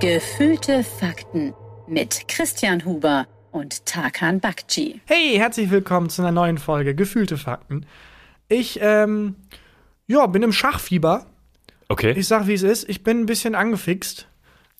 Gefühlte Fakten mit Christian Huber und Tarkan Bakci. Hey, herzlich willkommen zu einer neuen Folge Gefühlte Fakten. Ich ähm, ja, bin im Schachfieber. Okay. Ich sag, wie es ist. Ich bin ein bisschen angefixt.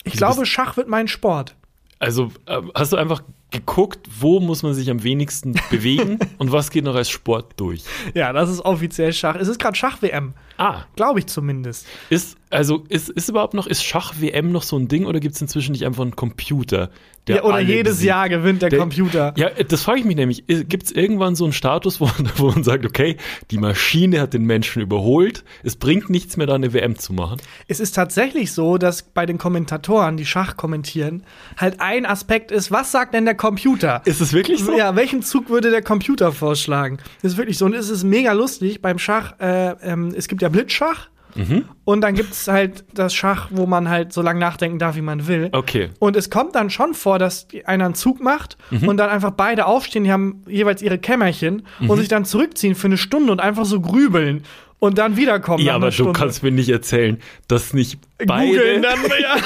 Ich Du glaube, bist- Schach wird mein Sport. Also äh, hast du einfach geguckt, wo muss man sich am wenigsten bewegen und was geht noch als Sport durch? Ja, das ist offiziell Schach. Es ist gerade Schach-WM. Ah, Glaube ich zumindest. ist also ist, ist überhaupt noch ist Schach WM noch so ein Ding oder gibt es inzwischen nicht einfach einen Computer, der Ja, oder alle jedes besiegt? Jahr gewinnt der, Der- Computer. Ja, äh, das frage ich mich nämlich. Gibt es irgendwann so einen Status, wo, wo man sagt, okay, die Maschine hat den Menschen überholt, es bringt nichts mehr, da eine WM zu machen? Es ist tatsächlich so, dass bei den Kommentatoren, die Schach kommentieren, halt ein Aspekt ist, was sagt denn der Computer? Ist es wirklich so? Ja, welchen Zug würde der Computer vorschlagen? Das ist wirklich so. Und es ist mega lustig beim Schach. Äh, ähm, es gibt ja Blitzschach. Mhm. Und dann gibt es halt das Schach, wo man halt so lange nachdenken darf, wie man will. Okay. Mhm. Und es kommt dann schon vor, dass die- einer einen Zug macht und dann einfach beide aufstehen, die haben jeweils ihre Kämmerchen Mhm. und sich dann zurückziehen für eine Stunde und einfach so grübeln und dann wiederkommen. Ja, nach einer aber du Stunde. kannst mir nicht erzählen, dass nicht googeln beide dann. Ja.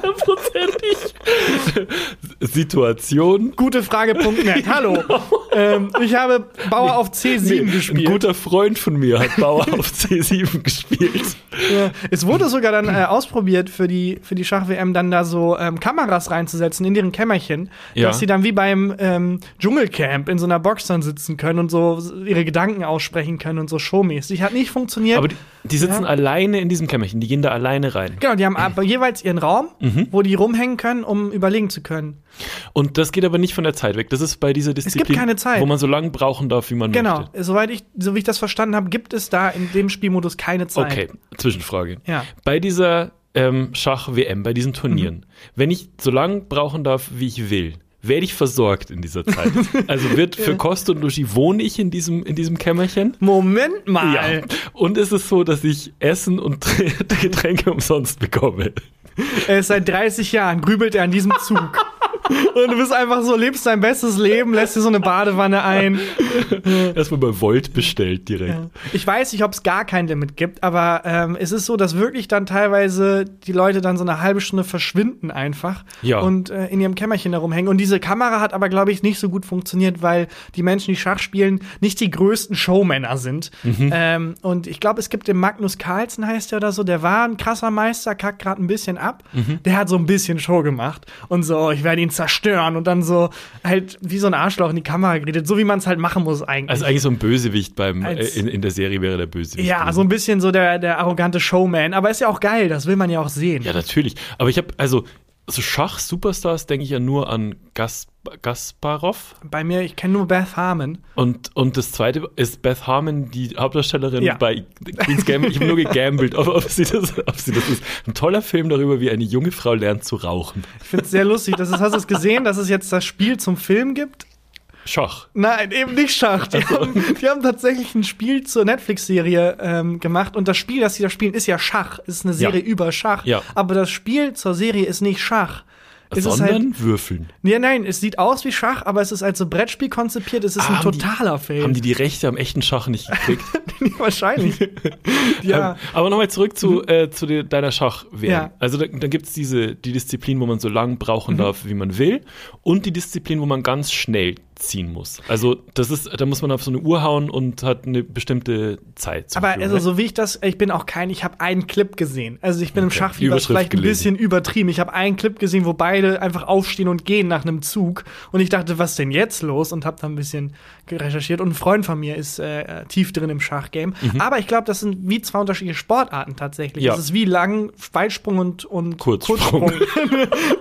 hundertprozentig Situation Gute Frage.net. Hallo. ähm, ich habe Bauer auf C7 Ein gespielt. guter Freund von mir hat Bauer auf C7 gespielt. Ja. Äh, Es wurde sogar dann äh, ausprobiert, für die, für die Schach-WM dann da so ähm, Kameras reinzusetzen in deren Kämmerchen, Ja. dass sie dann wie beim ähm, Dschungelcamp in so einer Box dann sitzen können und so ihre Gedanken aussprechen können und so showmäßig. Hat nicht funktioniert. Aber die, die sitzen Ja. alleine in diesem Kämmerchen, die gehen da alleine rein. genau, die haben aber jeweils ihren Raum, Mhm. wo die rumhängen können, um überlegen zu können. Und das geht aber nicht von der Zeit weg. Das ist bei dieser Disziplin, keine Zeit. wo man so lange brauchen darf, wie man Genau, möchte. soweit ich, so wie ich das verstanden habe, gibt es da in dem Spielmodus keine Zeit. Okay, Zwischenfrage. Ja. Bei dieser ähm, Schach-WM, bei diesen Turnieren, wenn ich so lange brauchen darf, wie ich will, werde ich versorgt in dieser Zeit. Also wird für Kost und Logis wohne ich in diesem, in diesem Kämmerchen? Moment mal. Ja. Und ist es so, dass ich Essen und Getränke umsonst bekomme? Er ist seit 30 Jahren, grübelt er an diesem Zug. Und du bist einfach so, lebst dein bestes Leben, lässt dir so eine Badewanne ein. Erstmal bei Volt bestellt direkt. Ich weiß nicht, ob es gar kein Limit gibt, aber ähm, es ist so, dass wirklich dann teilweise die Leute dann so eine halbe Stunde verschwinden einfach Ja. und äh, in ihrem Kämmerchen herumhängen. Und diese Kamera hat aber, glaube ich, nicht so gut funktioniert, weil die Menschen, die Schach spielen, nicht die größten Showmänner sind. Mhm. Ähm, und ich glaube, es gibt den Magnus Carlsen, heißt der oder so, der war ein krasser Meister, kackt gerade ein bisschen ab. Mhm. Der hat so ein bisschen Show gemacht und so, ich werde ihn zerstören und dann so halt wie so ein Arschloch in die Kamera geredet, so wie man es halt machen muss eigentlich. Also eigentlich so ein Bösewicht beim äh, Als- in, in der Serie wäre der Bösewicht. Ja, also- gewesen. so ein bisschen so der, der arrogante Showman. Aber ist ja auch geil, das will man ja auch sehen. ja natürlich. Aber ich habe also so Schach Superstars denke ich ja nur an Gas Gasparov Bei mir, ich kenne nur Beth Harmon. und und das zweite ist Beth Harmon, die Hauptdarstellerin Ja. bei Queen's Gambit. Ich habe nur gegambelt, ob, ob sie das ob sie das ist. Ein toller Film darüber, wie eine junge Frau lernt zu rauchen. Ich finde es sehr lustig. Das ist, hast du es gesehen, dass es jetzt das Spiel zum Film gibt? Schach. Nein, eben nicht Schach. Die, haben, die haben tatsächlich ein Spiel zur Netflix-Serie ähm, gemacht. Und das Spiel, das sie da spielen, ist ja Schach. Es ist eine Serie Ja. über Schach. Ja. Aber das Spiel zur Serie ist nicht Schach. Es ist Sondern halt, würfeln. ja, nein, es sieht aus wie Schach, aber es ist als so Brettspiel konzipiert. Es ist Ah, ein haben die- totaler Haben Fail. die die Rechte am echten Schach nicht gekriegt? Wahrscheinlich. ja. Mhm. Ähm, aber nochmal zurück zu, äh, zu de deiner schach -WM. Ja. Mhm. Also da, dann gibt's diese die Disziplin, wo man so lang brauchen darf, wie man will, und die Disziplin, wo man ganz schnell ziehen muss. Also das ist, da muss man auf so eine Uhr hauen und hat eine bestimmte Zeit. zur Aber Verfügung, also ne? so wie ich das, ich bin auch kein, ich habe einen Clip gesehen. Also ich bin im Schachfieber ist Überschrift vielleicht ein gelesen. bisschen übertrieben. Ich habe einen Clip gesehen, wo beide einfach aufstehen und gehen nach einem Zug. Und ich dachte, was denn jetzt los? Und habe da ein bisschen recherchiert. Und ein Freund von mir ist äh, tief drin im Schachgame. Aber ich glaube, das sind wie zwei unterschiedliche Sportarten tatsächlich. Mhm. Ja. Das ist wie lang Weitsprung und, und Kurzsprung.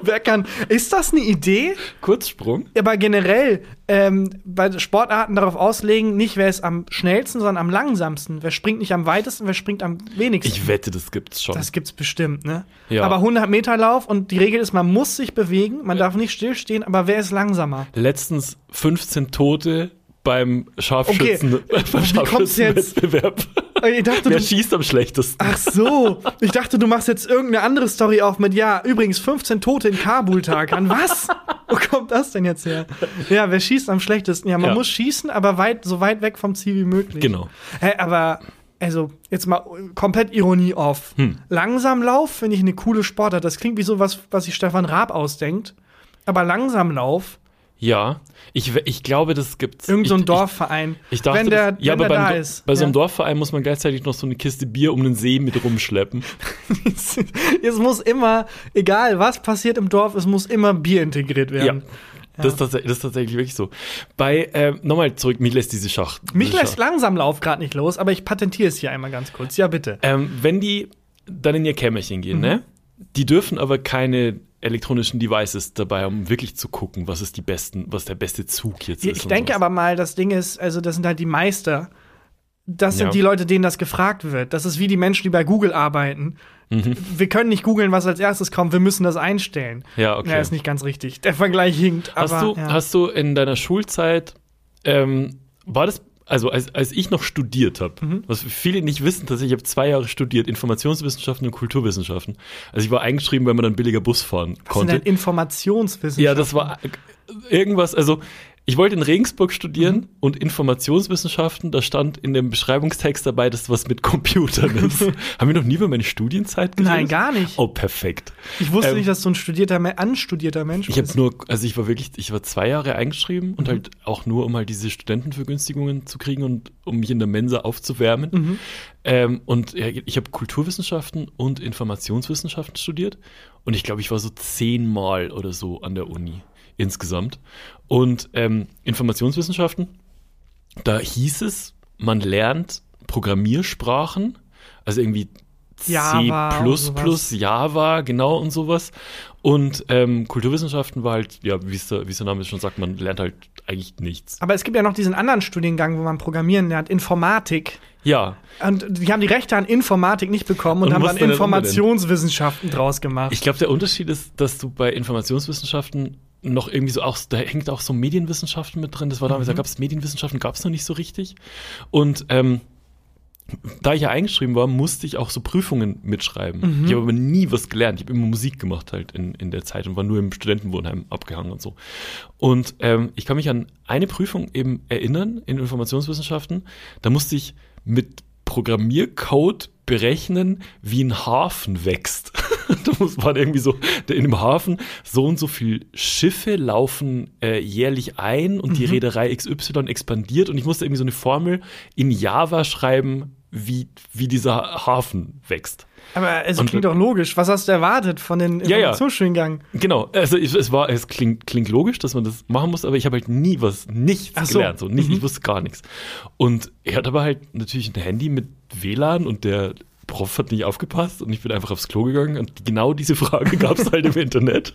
Wer kann? Ist das eine Idee? Kurzsprung. Aber generell ähm, bei Sportarten darauf auslegen, nicht wer ist am schnellsten, sondern am langsamsten. Wer springt nicht am weitesten, wer springt am wenigsten. Ich wette, das gibt's schon. das gibt's bestimmt, ne? Ja. Aber 100 Meter Lauf und die Regel ist, man muss sich bewegen, man darf nicht stillstehen, aber wer ist langsamer? Letztens 15 Tote beim Scharfschützen, beim Wie kommt's jetzt? Ah. Scharfschützenwettbewerb. Äh, Ich dachte, Wer du, schießt am schlechtesten? ach so, ich dachte, du machst jetzt irgendeine andere Story auf mit, ja, übrigens 15 Tote in Kabul Tarkan. Was? Wo kommt das denn jetzt her? Ja, wer schießt am schlechtesten? Ja, man Ja. muss schießen, aber weit, so weit weg vom Ziel wie möglich. Genau. Hä, aber also jetzt mal komplett Ironie off. Hm. Langsamlauf finde ich eine coole Sportart. Das klingt wie sowas, was sich Stefan Raab ausdenkt. Aber Langsamlauf, Ja, ich, we- ich glaube, das gibt's. irgend so Ich- ein Dorfverein, Ich, ich dachte, wenn der, ja, wenn der aber beim, da Do- ist. bei so einem ja. Dorfverein muss man gleichzeitig noch so eine Kiste Bier um den See mit rumschleppen. es muss immer, egal was passiert im Dorf, es muss immer Bier integriert werden. Das, ist tatsächlich- das ist tatsächlich wirklich so. Bei, ähm, nochmal zurück, mich lässt diese Schach. Mich diese lässt Langsamlauf gerade nicht los, aber ich patentiere es hier einmal ganz kurz. Ja, bitte. Ähm, wenn die dann in ihr Kämmerchen gehen, ne? Mhm. Die dürfen aber keine elektronischen Devices dabei haben, um wirklich zu gucken, was ist die besten, was der beste Zug jetzt ist. Ich und denke sowas. aber mal, das Ding ist, also das sind halt die Meister. Das sind Ja. die Leute, denen das gefragt wird. Das ist wie die Menschen, die bei Google arbeiten. Mhm. Wir können nicht googeln, was als erstes kommt. Wir müssen das einstellen. Ja, okay. Ja, ist nicht ganz richtig. Der Vergleich hinkt. Aber, hast, du, ja. hast du in deiner Schulzeit, ähm, war das, also als, als ich noch studiert habe, Mhm. was viele nicht wissen, dass ich habe zwei Jahre studiert, Informationswissenschaften und Kulturwissenschaften. Also ich war eingeschrieben, weil man dann billiger Bus fahren das sind konnte. halt Informationswissenschaften. Ja, das war irgendwas, also ich wollte in Regensburg studieren Mhm. und Informationswissenschaften, da stand in dem Beschreibungstext dabei, dass was mit Computern ist. Haben wir noch nie über meine Studienzeit geredet? Nein, gar nicht. Oh, perfekt. Ich wusste ähm, nicht, dass du ein studierter, Me- anstudierter Mensch Mhm. Ich habe bist. nur, also ich war wirklich, ich war zwei Jahre eingeschrieben und halt auch nur, um halt diese Studentenvergünstigungen zu kriegen und um mich in der Mensa aufzuwärmen. Mhm. Ähm, und ja, ich habe Kulturwissenschaften und Informationswissenschaften studiert und ich glaube, ich war so zehnmal oder so an der Uni insgesamt. Und ähm, Informationswissenschaften, da hieß es, man lernt Programmiersprachen, also irgendwie C++, Java und sowas. Java, genau und sowas. Und ähm, Kulturwissenschaften war halt, ja, wie es der, wie's der Name schon sagt, man lernt halt eigentlich nichts. Aber es gibt ja noch diesen anderen Studiengang, wo man Programmieren lernt, Informatik. Ja, Und die haben die Rechte an Informatik nicht bekommen und, Und haben was dann denn, warum denn? Informationswissenschaften draus gemacht. ich glaube, der Unterschied ist, dass du bei Informationswissenschaften noch irgendwie so auch, da hängt auch so Medienwissenschaften mit drin. Das war damals, da gab es Medienwissenschaften, gab es noch nicht so richtig. Und ähm, da ich ja eingeschrieben war, musste ich auch so Prüfungen mitschreiben. Ich habe aber nie was gelernt. Ich habe immer Musik gemacht halt in, in der Zeit und war nur im Studentenwohnheim abgehangen und so. Und ähm, ich kann mich an eine Prüfung eben erinnern in Informationswissenschaften. Da musste ich mit Programmiercode berechnen, wie ein Hafen wächst. da muss man irgendwie so, der- in dem Hafen so und so viel Schiffe laufen äh, jährlich ein und die Reederei XY expandiert und ich musste irgendwie so eine Formel in Java schreiben, wie, wie dieser Hafen wächst. Aber es Und- klingt doch logisch. Was hast du erwartet von den Ja, ja. Informationsstudiengang? Genau, also es, es war, es klingt, klingt logisch, dass man das machen muss, aber ich habe halt nie was, nichts Ach so. Mhm. gelernt, so nicht, ich wusste gar nichts. Und ich hatte aber halt natürlich ein Handy mit WLAN und der Prof hat nicht aufgepasst und ich bin einfach aufs Klo gegangen und genau diese Frage gab es halt im Internet.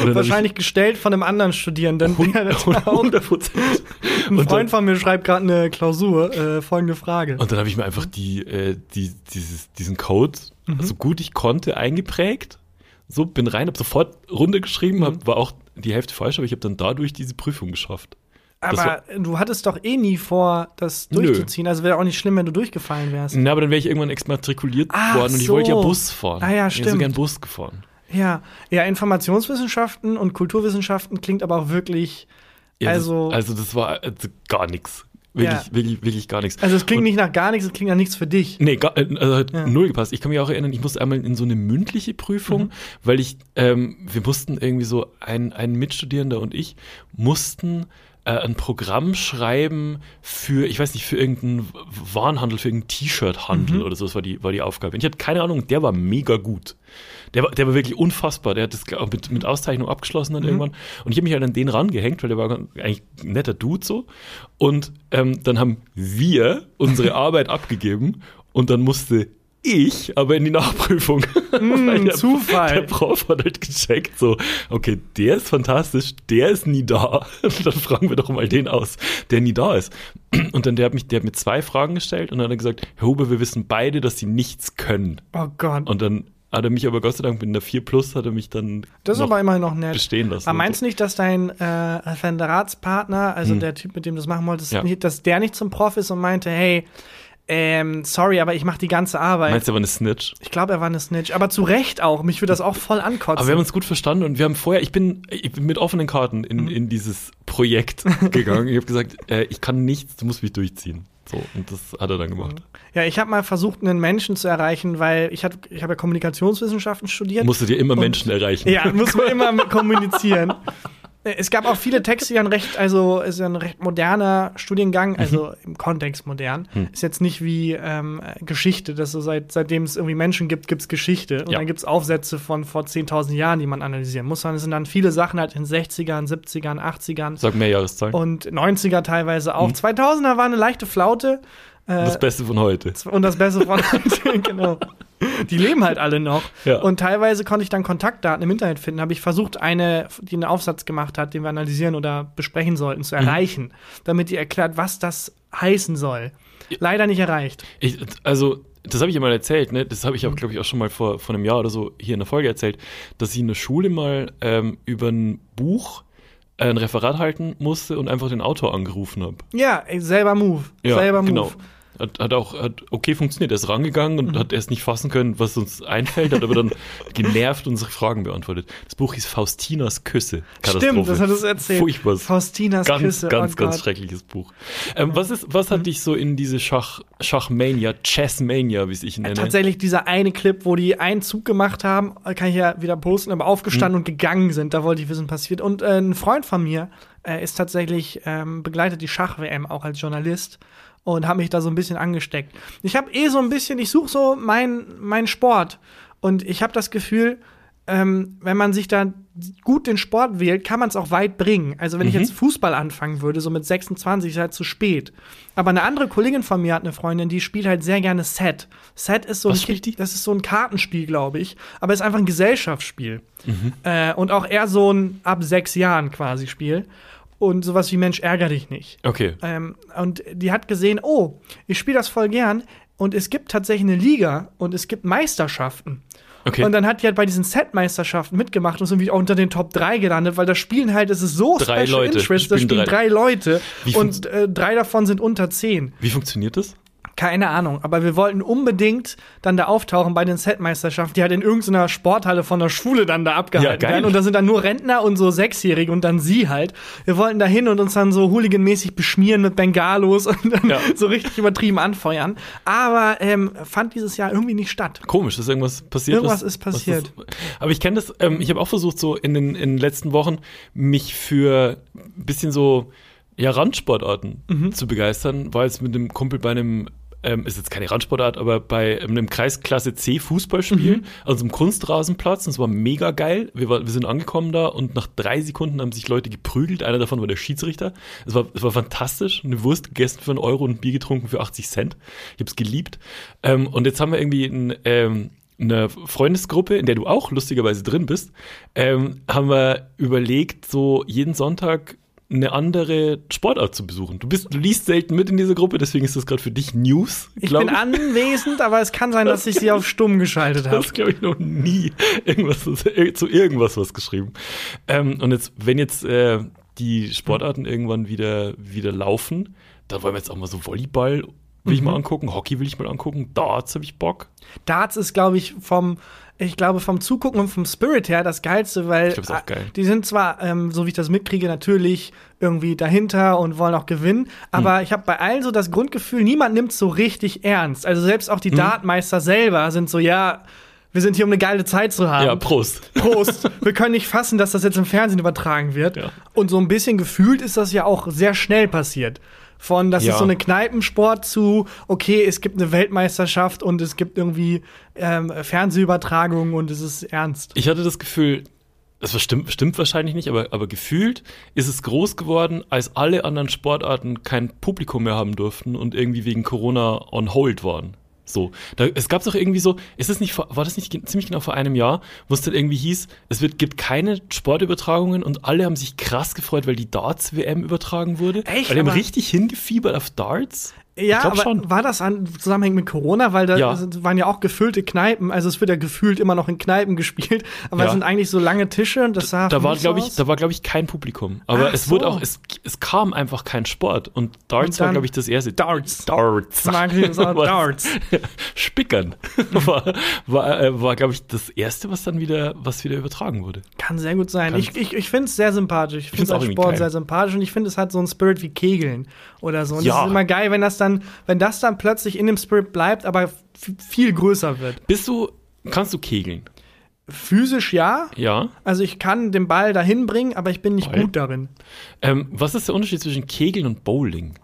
Und dann hab ich Wahrscheinlich gestellt von einem anderen Studierenden. Der hund- 100 Prozent. ein Und dann, Freund von mir schreibt gerade eine Klausur. Äh, folgende Frage. und dann habe ich mir einfach die, äh, die, dieses, diesen Code, Mhm. so gut ich konnte, eingeprägt. So, bin rein, habe sofort runtergeschrieben, hab, war auch die Hälfte falsch, aber ich habe dann dadurch diese Prüfung geschafft. das Aber du hattest doch eh nie vor, das Nö. durchzuziehen. Also wäre auch nicht schlimm, wenn du durchgefallen wärst. Na, aber dann wäre ich irgendwann exmatrikuliert Ach worden und ich so. wollte ja Bus fahren. Ah ja, Ich bin so stimmt. gern Bus gefahren. Ja. ja, Informationswissenschaften und Kulturwissenschaften klingt aber auch wirklich. Ja, Also- das, also das war äh, gar nichts. Ja. Wirklich, wirklich, wirklich gar nichts. Also es klingt Und- nicht nach gar nichts, es klingt nach nichts für dich. Nee, gar, äh, also hat Ja. null gepasst. Ich kann mich auch erinnern, ich musste einmal in so eine mündliche Prüfung, weil ich, ähm, wir mussten irgendwie so, ein, ein Mitstudierender und ich mussten äh, ein Programm schreiben für, ich weiß nicht, für irgendeinen Warenhandel, für irgendeinen T-Shirt-Handel oder so, das war die, war die Aufgabe. Und ich hatte keine Ahnung, der war mega gut. Der war, der war wirklich unfassbar. Der hat das glaub, mit, mit Auszeichnung abgeschlossen dann irgendwann. Und ich habe mich halt an den rangehängt, weil der war eigentlich ein netter Dude so. Und ähm, dann haben wir unsere Arbeit abgegeben und dann musste ich aber in die Nachprüfung. Weil Zufall. Der Prof hat halt gecheckt, so, okay, der ist fantastisch, der ist nie da. Und dann fragen wir doch mal den aus, der nie da ist. Und dann der hat mich, der hat mir zwei Fragen gestellt und dann hat er gesagt, Herr Huber, wir wissen beide, dass sie nichts können. Oh Gott. Und dann hat er mich aber Gott sei Dank mit einer 4 Plus hat er mich dann das ist noch aber immerhin noch nett. bestehen lassen. Aber meinst du nicht, dass dein äh, Referatspartner, also der Typ, mit dem du das machen wolltest, Hm. Ja. nicht, dass der nicht zum Prof ist und meinte, hey, ähm, sorry, aber ich mache die ganze Arbeit. Meinst du, er war eine Snitch? ich glaube, er war eine Snitch. Aber zu Recht auch. Mich würde das auch voll ankotzen. Aber wir haben uns gut verstanden und wir haben vorher, ich bin, ich bin mit offenen Karten in, in dieses Projekt gegangen. Ich habe gesagt, äh, ich kann nichts, du musst mich durchziehen. So, und das hat er dann gemacht. Ja, ich habe mal versucht, einen Menschen zu erreichen, weil ich, hab- ich habe ja Kommunikationswissenschaften studiert. Musst du dir immer Menschen erreichen. Ja, muss man immer mit kommunizieren. Äh, Es gab auch viele Texte, die ein recht, also ist ja ein recht moderner Studiengang, also im Kontext modern. Ist jetzt nicht wie ähm, Geschichte, dass so seit, seitdem es irgendwie Menschen gibt, gibt's Geschichte. Und Ja. dann gibt's Aufsätze von vor 10.000 Jahren, die man analysieren muss. Sondern es sind dann viele Sachen halt in 60ern, 70ern, 80ern Sag mehr Jahreszahlen. und 90er teilweise auch. 2000er war eine leichte Flaute. das Beste von heute. Und das Beste von genau. Die leben halt alle noch. Ja. Und teilweise konnte ich dann Kontaktdaten im Internet finden. Habe ich versucht, eine, die einen Aufsatz gemacht hat, den wir analysieren oder besprechen sollten, Mhm. zu erreichen, damit die erklärt, was das heißen soll. Leider nicht erreicht. Ich, also, das habe ich ja mal erzählt, ne? Das habe ich auch, glaube ich, auch schon mal vor, vor einem Jahr oder so hier in der Folge erzählt, dass ich in der Schule mal ähm, über ein Buch äh, ein Referat halten musste und einfach den Autor angerufen habe. Ja, ey, selber Move. selber Move. Genau. Hat, hat auch hat okay funktioniert. Er ist rangegangen Mhm. und hat erst nicht fassen können, was uns einfällt, hat aber dann genervt unsere Fragen beantwortet. Das Buch hieß Faustinas Küsse. Katastrophe. Stimmt, das hat es erzählt. Furchtbar. Faustinas Ganz, Küsse. ganz, oh ganz Gott. Mhm. schreckliches Buch. Ähm, was, ist, was hat dich so in diese Schach, Schachmania, Chessmania, wie es ich nenne? Äh, Tatsächlich dieser eine Clip, wo die einen Zug gemacht haben, äh, kann ich ja wieder posten, aber aufgestanden und gegangen sind. Da wollte ich wissen, was passiert. Und äh, ein Freund von mir äh, ist tatsächlich ähm, begleitet die Schach-WM auch als Journalist und hat mich da so ein bisschen angesteckt. Ich habe eh so ein bisschen, ich suche so meinen mein Sport und ich habe das Gefühl, ähm, wenn man sich da gut den Sport wählt, kann man es auch weit bringen. Also wenn Mhm. ich jetzt Fußball anfangen würde, so mit 26 ist halt zu spät. Aber eine andere Kollegin von mir hat eine Freundin, die spielt halt sehr gerne Set. Set ist so, Was ein, spielt die? Das ist so ein Kartenspiel, glaube ich. Aber ist einfach ein Gesellschaftsspiel. Mhm. Äh, und auch eher so ein ab sechs Jahren quasi Spiel. Und sowas wie Mensch, ärger dich nicht. Okay. Ähm, und die hat gesehen, oh, ich spiele das voll gern. Und es gibt tatsächlich eine Liga und es gibt Meisterschaften. Okay. Und dann hat die halt bei diesen Set-Meisterschaften mitgemacht und ist irgendwie auch unter den Top 3 gelandet, weil das Spielen halt, es ist so Drei Special Leute. Interest, da Spielen spielen drei, drei. Leute Wie und äh, drei davon sind unter 10. Wie funktioniert das? Keine Ahnung, aber wir wollten unbedingt dann da auftauchen bei den Set-Meisterschaften, die halt in irgendeiner Sporthalle von der Schule dann da abgehalten geil. werden. Und da sind dann nur Rentner und so Sechsjährige und dann sie halt. Wir wollten da hin und uns dann so hooliganmäßig beschmieren mit Bengalos und dann Ja. so richtig übertrieben anfeuern. Aber ähm, fand dieses Jahr irgendwie nicht statt. Komisch, ist irgendwas passiert? Irgendwas was- ist passiert. Was das, aber ich kenne das, ähm, ich habe auch versucht, so in den, in den letzten Wochen mich für ein bisschen so ja, Randsportarten zu begeistern. War jetzt mit einem Kumpel bei einem, ähm, ist jetzt keine Randsportart, aber bei einem Kreisklasse C Fußballspiel, also einem Kunstrasenplatz. Und es war mega geil. Wir, war, wir sind angekommen da und nach drei Sekunden haben sich Leute geprügelt. Einer davon war der Schiedsrichter. Es war, es war fantastisch. Eine Wurst gegessen für einen Euro und ein Bier getrunken für 80 Cent. Ich hab's geliebt. Ähm, und jetzt haben wir irgendwie ein, ähm, eine Freundesgruppe, in der du auch lustigerweise drin bist, ähm, haben wir überlegt, so jeden Sonntag eine andere Sportart zu besuchen. Du bist, du liest selten mit in dieser Gruppe, deswegen ist das gerade für dich News. Ich glaub bin anwesend, aber es kann sein, dass ich sie auf stumm geschaltet habe. Das glaube ich noch nie irgendwas zu irgendwas was geschrieben. Ähm, und jetzt, wenn jetzt äh, die Sportarten irgendwann wieder wieder laufen, dann wollen wir jetzt auch mal so Volleyball will Mhm. ich mal angucken, Hockey will ich mal angucken, Darts habe ich Bock. Darts ist, glaube ich, vom, ich glaube, vom Zugucken und vom Spirit her das Geilste, weil Ich glaub, ist auch geil. äh, die sind zwar, ähm, so wie ich das mitkriege, natürlich irgendwie dahinter und wollen auch gewinnen, aber Hm. ich habe bei allen so das Grundgefühl, niemand nimmt so richtig ernst. Also selbst auch die Hm. Dartmeister selber sind so, ja, wir sind hier, um eine geile Zeit zu haben. Ja, Prost. Prost. Wir können nicht fassen, dass das jetzt im Fernsehen übertragen wird. Ja. Und so ein bisschen gefühlt ist das ja auch sehr schnell passiert. Von, das Ja. ist so eine Kneipensport zu, okay, es gibt eine Weltmeisterschaft und es gibt irgendwie ähm, Fernsehübertragungen und es ist ernst. Ich hatte das Gefühl, das war- stimmt, stimmt wahrscheinlich nicht, aber, aber gefühlt ist es groß geworden, als alle anderen Sportarten kein Publikum mehr haben durften und irgendwie wegen Corona on hold waren. So, da, es gab doch irgendwie so, ist es nicht, vor- war das nicht ge- ziemlich genau vor einem Jahr, wo es dann irgendwie hieß, es wird, gibt keine Sportübertragungen und alle haben sich krass gefreut, weil die Darts-WM übertragen wurde. Echt? Alle haben Aber- richtig hingefiebert auf Darts. Ja, glaub aber war das an, zusammenhängend mit Corona? Weil da Ja. sind- waren ja auch gefüllte Kneipen. Also es wird ja gefühlt immer noch in Kneipen gespielt, aber es Ja. sind eigentlich so lange Tische und das sah Da war, mies glaube ich, aus. da war, glaube ich, kein Publikum. Aber Ach es wurde so. auch, es, es kam einfach kein Sport. Und Darts Und dann- war, glaube ich, das erste. Darts. Darts. Mag ich das auch, Was- Darts. Spickern. war, war, äh, war glaube ich, das erste, was dann wieder, was wieder übertragen wurde. Kann sehr gut sein. Ich, ich, ich finde es sehr sympathisch. Ich finde find's auch es irgendwie Sport geil. sehr sympathisch und ich finde, es hat so einen Spirit wie Kegeln oder so. Und Ja. es ist immer geil, wenn das dann dann, wenn das dann plötzlich in dem Spirit bleibt, aber viel größer wird. Bist du, kannst du kegeln? Physisch ja. Ja. Also ich kann den Ball dahin bringen, aber ich bin nicht Ball. gut darin. Ähm, was ist der Unterschied zwischen Kegeln und Bowling?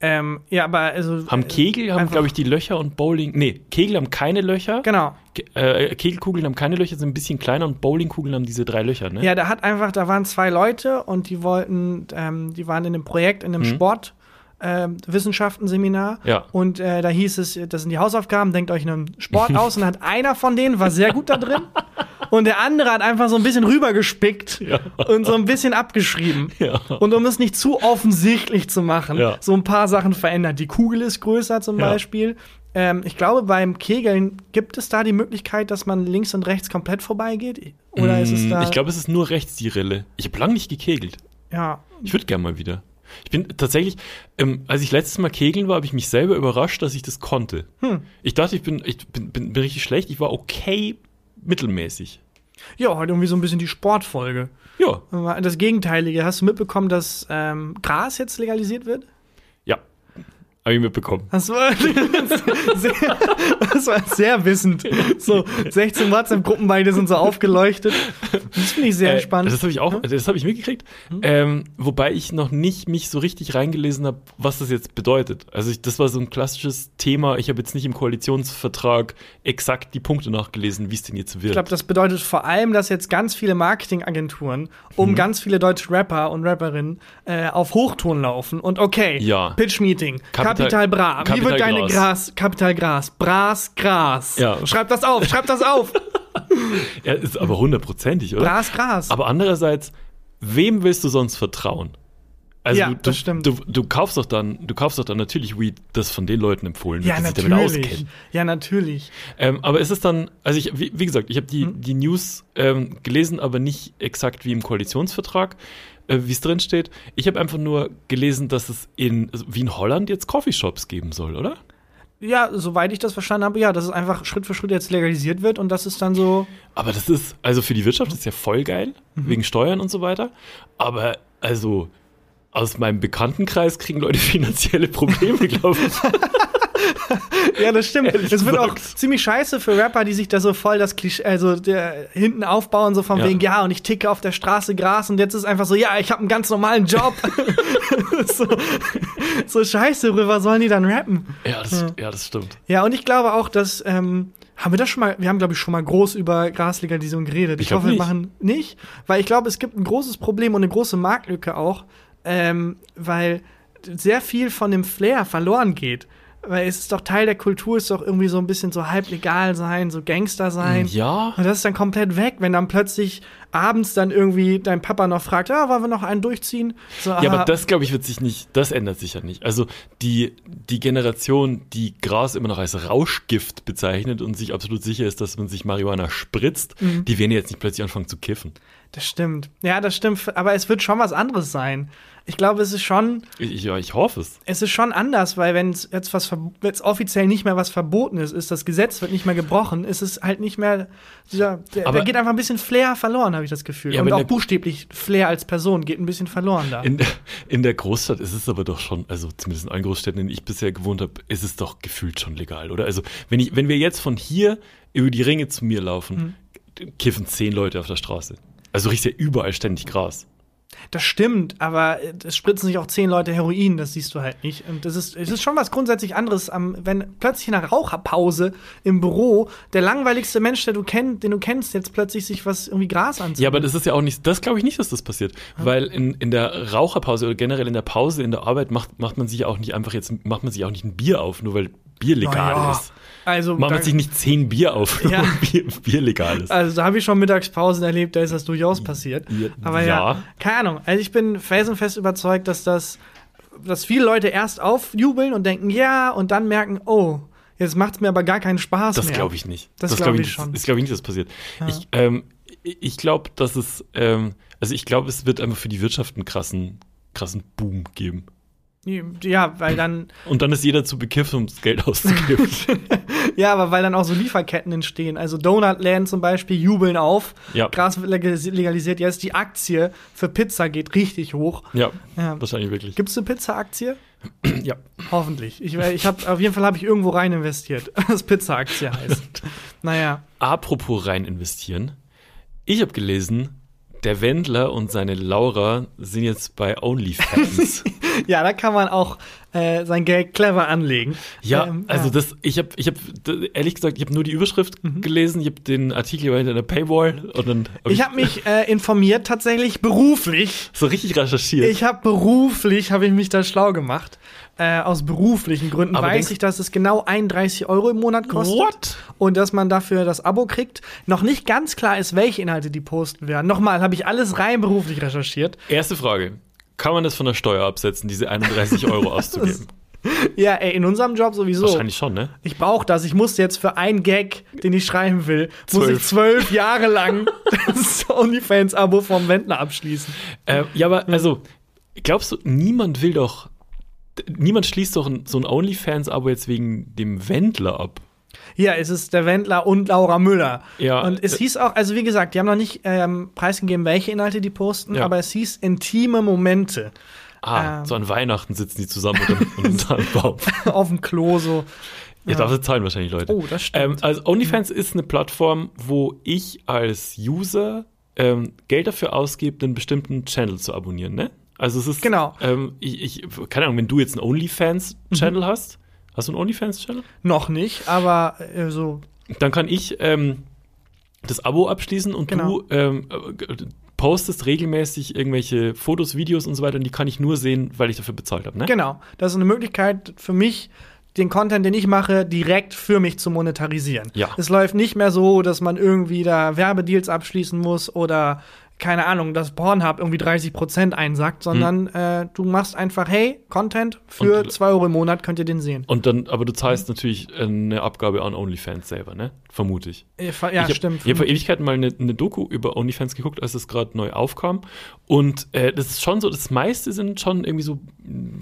Ähm, ja, aber also. Haben Kegel haben, einfach- glaube ich, die Löcher und Bowling. Nee, Kegel haben keine Löcher. Genau. Ke äh, Kegelkugeln haben keine Löcher, sind ein bisschen kleiner und Bowlingkugeln haben diese drei Löcher, ne? Ja, da hat einfach, da waren zwei Leute und die wollten, ähm, die waren in einem Projekt, in einem Sport. Ähm, Wissenschaftenseminar Mhm. Ja. und äh, da hieß es, das sind die Hausaufgaben, denkt euch einen Sport aus und hat einer von denen war sehr gut da drin und der andere hat einfach so ein bisschen rübergespickt und so ein bisschen abgeschrieben Ja. und um es nicht zu offensichtlich zu machen, Ja. so ein paar Sachen verändert. Die Kugel ist größer zum Ja. Beispiel. Ähm, ich glaube, beim Kegeln gibt es da die Möglichkeit, dass man links und rechts komplett vorbeigeht oder ist es Mm, da? Ich glaube, es ist nur rechts die Rille. Ich habe lange nicht gekegelt. Ja, Ich würde gerne mal wieder. Ich bin tatsächlich, ähm, als ich letztes Mal kegeln war, habe ich mich selber überrascht, dass ich das konnte. Hm. Ich dachte, ich bin, ich bin, bin, bin richtig schlecht. Ich war okay mittelmäßig. ja, heute irgendwie so ein bisschen die Sportfolge. Ja, Das Gegenteilige, hast du mitbekommen, dass ähm, Gras jetzt legalisiert wird? ja. Habe ich mitbekommen. Das war, sehr, das war sehr wissend. So 16 WhatsApp-Gruppen, beide sind so aufgeleuchtet. Das finde ich sehr Äh, spannend. Hm? Das habe ich auch, das habe ich mitgekriegt. Ähm, wobei ich noch nicht mich so richtig reingelesen habe, was das jetzt bedeutet. Also ich, das war so ein klassisches Thema. Ich habe jetzt nicht im Koalitionsvertrag exakt die Punkte nachgelesen, wie es denn jetzt wird. Ich glaube, das bedeutet vor allem, dass jetzt ganz viele Marketingagenturen Mhm. um ganz viele deutsche Rapper und Rapperinnen äh, auf Hochton laufen und okay, Ja. Pitch-Meeting, Kapital- Kapital Bra, wie Kapital wird deine Gras. Gras, Kapital Gras, Bras, Gras. Ja. Schreib das auf, schreib das auf, ja, ist aber hundertprozentig, oder? Bras, Gras. Aber andererseits, wem willst du sonst vertrauen? Also Ja, du, das stimmt. Du, du kaufst doch dann, du kaufst doch dann natürlich Weed, das von den Leuten empfohlen wird, ja, die sich damit natürlich. auskennen. Ja, natürlich. Ähm, aber ist es dann, also ich, wie, wie gesagt, ich habe die, Hm. die News ähm, gelesen, aber nicht exakt wie im Koalitionsvertrag, äh, wie es drin steht. Ich habe einfach nur gelesen, dass es in, also wie in Holland jetzt Coffeeshops geben soll, oder? Ja, soweit ich das verstanden habe, ja, dass es einfach Schritt für Schritt jetzt legalisiert wird und das ist dann so, Aber das ist, also für die Wirtschaft ist ja voll geil, wegen Steuern und so weiter. Aber also aus meinem Bekanntenkreis kriegen Leute finanzielle Probleme, glaube ich. Ja, das stimmt. Ehrlich Das wird auch gesagt. ziemlich scheiße für Rapper, die sich da so voll das Klischee, also der, hinten aufbauen, so von Ja. wegen, ja, und ich ticke auf der Straße Gras und jetzt ist einfach so, ja, ich habe einen ganz normalen Job. so, so scheiße, worüber sollen die dann rappen? Ja, das, ja. das stimmt. Ja, und ich glaube auch, dass, ähm, haben wir das schon mal, wir haben, glaube ich, schon mal groß über Graslegalisierung geredet. Ich Ich, glaub hoffe, wir nicht. machen nicht, weil ich glaube, es gibt ein großes Problem und eine große Marktlücke auch, ähm, weil sehr viel von dem Flair verloren geht. Weil es ist doch Teil der Kultur, ist doch irgendwie so ein bisschen so halblegal sein, so Gangster sein. Ja. Und das ist dann komplett weg, wenn dann plötzlich abends dann irgendwie dein Papa noch fragt, ah, wollen wir noch einen durchziehen? So, Ja, ah, aber das, glaube ich, wird sich nicht, das ändert sich ja nicht. Also die, die Generation, die Gras immer noch als Rauschgift bezeichnet und sich absolut sicher ist, dass man sich Marihuana spritzt, die werden jetzt nicht plötzlich anfangen zu kiffen. das stimmt. Ja, das stimmt. Aber es wird schon was anderes sein. Ich glaube, es ist schon Ich, ich, ja, ich hoffe es. es ist schon anders, weil wenn es jetzt was verb- wenn's offiziell nicht mehr was Verbotenes ist, das Gesetz wird nicht mehr gebrochen, ist es halt nicht mehr dieser, der, Aber- da geht einfach ein bisschen Flair verloren, habe ich das Gefühl. Ja, Und aber auch ne- buchstäblich Flair als Person geht ein bisschen verloren da. In, der- in der Großstadt ist es aber doch schon, also zumindest in allen Großstädten, in denen ich bisher gewohnt habe, ist es doch gefühlt schon legal, oder? Also, wenn, ich, wenn wir jetzt von hier über die Ringe zu mir laufen, Mhm. kiffen zehn Leute auf der Straße. Also riecht ja überall ständig Gras. Das stimmt, aber äh, es spritzen sich auch zehn Leute Heroin, das siehst du halt nicht. Und das ist, es ist schon was grundsätzlich anderes, am, wenn plötzlich in einer Raucherpause im Büro der langweiligste Mensch, der du kenn, den du kennst, jetzt plötzlich sich was irgendwie Gras anzieht. Ja, aber das ist ja auch nicht, das glaube ich nicht, dass das passiert. Ah. Weil in, in der Raucherpause oder generell in der Pause in der Arbeit macht, macht man sich auch nicht einfach jetzt, macht man sich auch nicht ein Bier auf, nur weil Bier legal Naja, ist. Also, Macht man da- sich nicht zehn Bier auf, nur Ja. weil Bier, Bier legal ist. Also da habe ich schon Mittagspausen erlebt, da ist das durchaus passiert. Ja, Aber ja, ja. keine Ahnung. Also ich bin felsenfest überzeugt, dass das, dass viele Leute erst aufjubeln und denken, ja, und dann merken, oh, jetzt macht's mir aber gar keinen Spaß Das mehr. glaube ich nicht. Das glaube glaub ich, ich schon. Das glaube ich nicht, dass das passiert. Ich, ähm, ich glaube, dass es, ähm, also ich glaube, es wird einfach für die Wirtschaft einen krassen, krassen Boom geben. Ja, weil dann, Und dann ist jeder zu bekifft, um das Geld auszugeben. ja, aber weil dann auch so Lieferketten entstehen. Also Donutland zum Beispiel jubeln auf. Ja. Gras wird legalis- legalisiert. Jetzt die Aktie für Pizza geht richtig hoch. ja, Ja. wahrscheinlich wirklich. Gibt's eine Pizza-Aktie? ja. Hoffentlich. Ich, ich hab, auf jeden Fall habe ich irgendwo rein investiert, was Pizza-Aktie heißt. Naja. Apropos rein investieren. Ich habe gelesen, der Wendler und seine Laura sind jetzt bei OnlyFans. Ja, da kann man auch äh, sein Geld clever anlegen. ja, Ähm, also das, ich habe, ich habe ehrlich gesagt, ich habe nur die Überschrift gelesen, ich habe den Artikel hinter der Paywall und dann hab Mhm. Ich habe mich äh, informiert, tatsächlich beruflich. so richtig recherchiert. Ich habe beruflich, habe ich mich da schlau gemacht. Äh, aus beruflichen Gründen Aber weiß denkst- ich, dass es genau 31 Euro im Monat kostet. What? Und dass man dafür das Abo kriegt. Noch nicht ganz klar ist, welche Inhalte die posten werden. Nochmal, habe ich alles rein beruflich recherchiert. Erste Frage. Kann man das von der Steuer absetzen, diese 31 Euro auszugeben? Ja, ey, in unserem Job sowieso. Wahrscheinlich schon, ne? Ich brauche das. Ich muss jetzt für einen Gag, den ich schreiben will, muss ich Zwölf. zwölf Jahre lang das OnlyFans-Abo vom Wendler abschließen. Äh, ja, aber also, glaubst du, niemand will doch, niemand schließt doch ein- so ein OnlyFans-Abo jetzt wegen dem Wendler ab? Hier ist es der Wendler und Laura Müller. Ja, und es äh, hieß auch, also wie gesagt, die haben noch nicht ähm, preisgegeben, welche Inhalte die posten, Ja. aber es hieß intime Momente Ah, Ähm. so an Weihnachten sitzen die zusammen und unter einem Baum. auf dem Klo so. Ja, dafür zahlen wahrscheinlich Leute. Oh, das stimmt. Ähm, also OnlyFans ist eine Plattform, wo ich als User ähm, Geld dafür ausgebe, einen bestimmten Channel zu abonnieren, ne? Also es ist Genau. Ähm, ich, ich, keine Ahnung, wenn du jetzt einen Mhm. OnlyFans-Channel hast, hast du einen OnlyFans-Channel? Noch nicht, aber äh, so. Dann kann ich ähm, das Abo abschließen und Genau. du ähm, äh, g- postest regelmäßig irgendwelche Fotos, Videos und so weiter und die kann ich nur sehen, weil ich dafür bezahlt habe, ne? Genau, das ist eine Möglichkeit für mich, den Content, den ich mache, direkt für mich zu monetarisieren. Ja. Es läuft nicht mehr so, dass man irgendwie da Werbedeals abschließen muss oder keine Ahnung, dass Pornhub irgendwie 30% einsackt, sondern äh, du machst einfach, hey, Content für Hm. Und- Oh. 2 Euro im Monat könnt ihr den sehen. Und dann, aber du Mhm. zahlst natürlich eine Abgabe an OnlyFans selber, ne? Vermute ich. Ja, fa- Äh, ja ich hab, stimmt. Ich habe vor Ewigkeiten mal eine, eine Doku über OnlyFans geguckt, als das gerade neu aufkam. Und äh, das ist schon so, das meiste sind schon irgendwie so mh,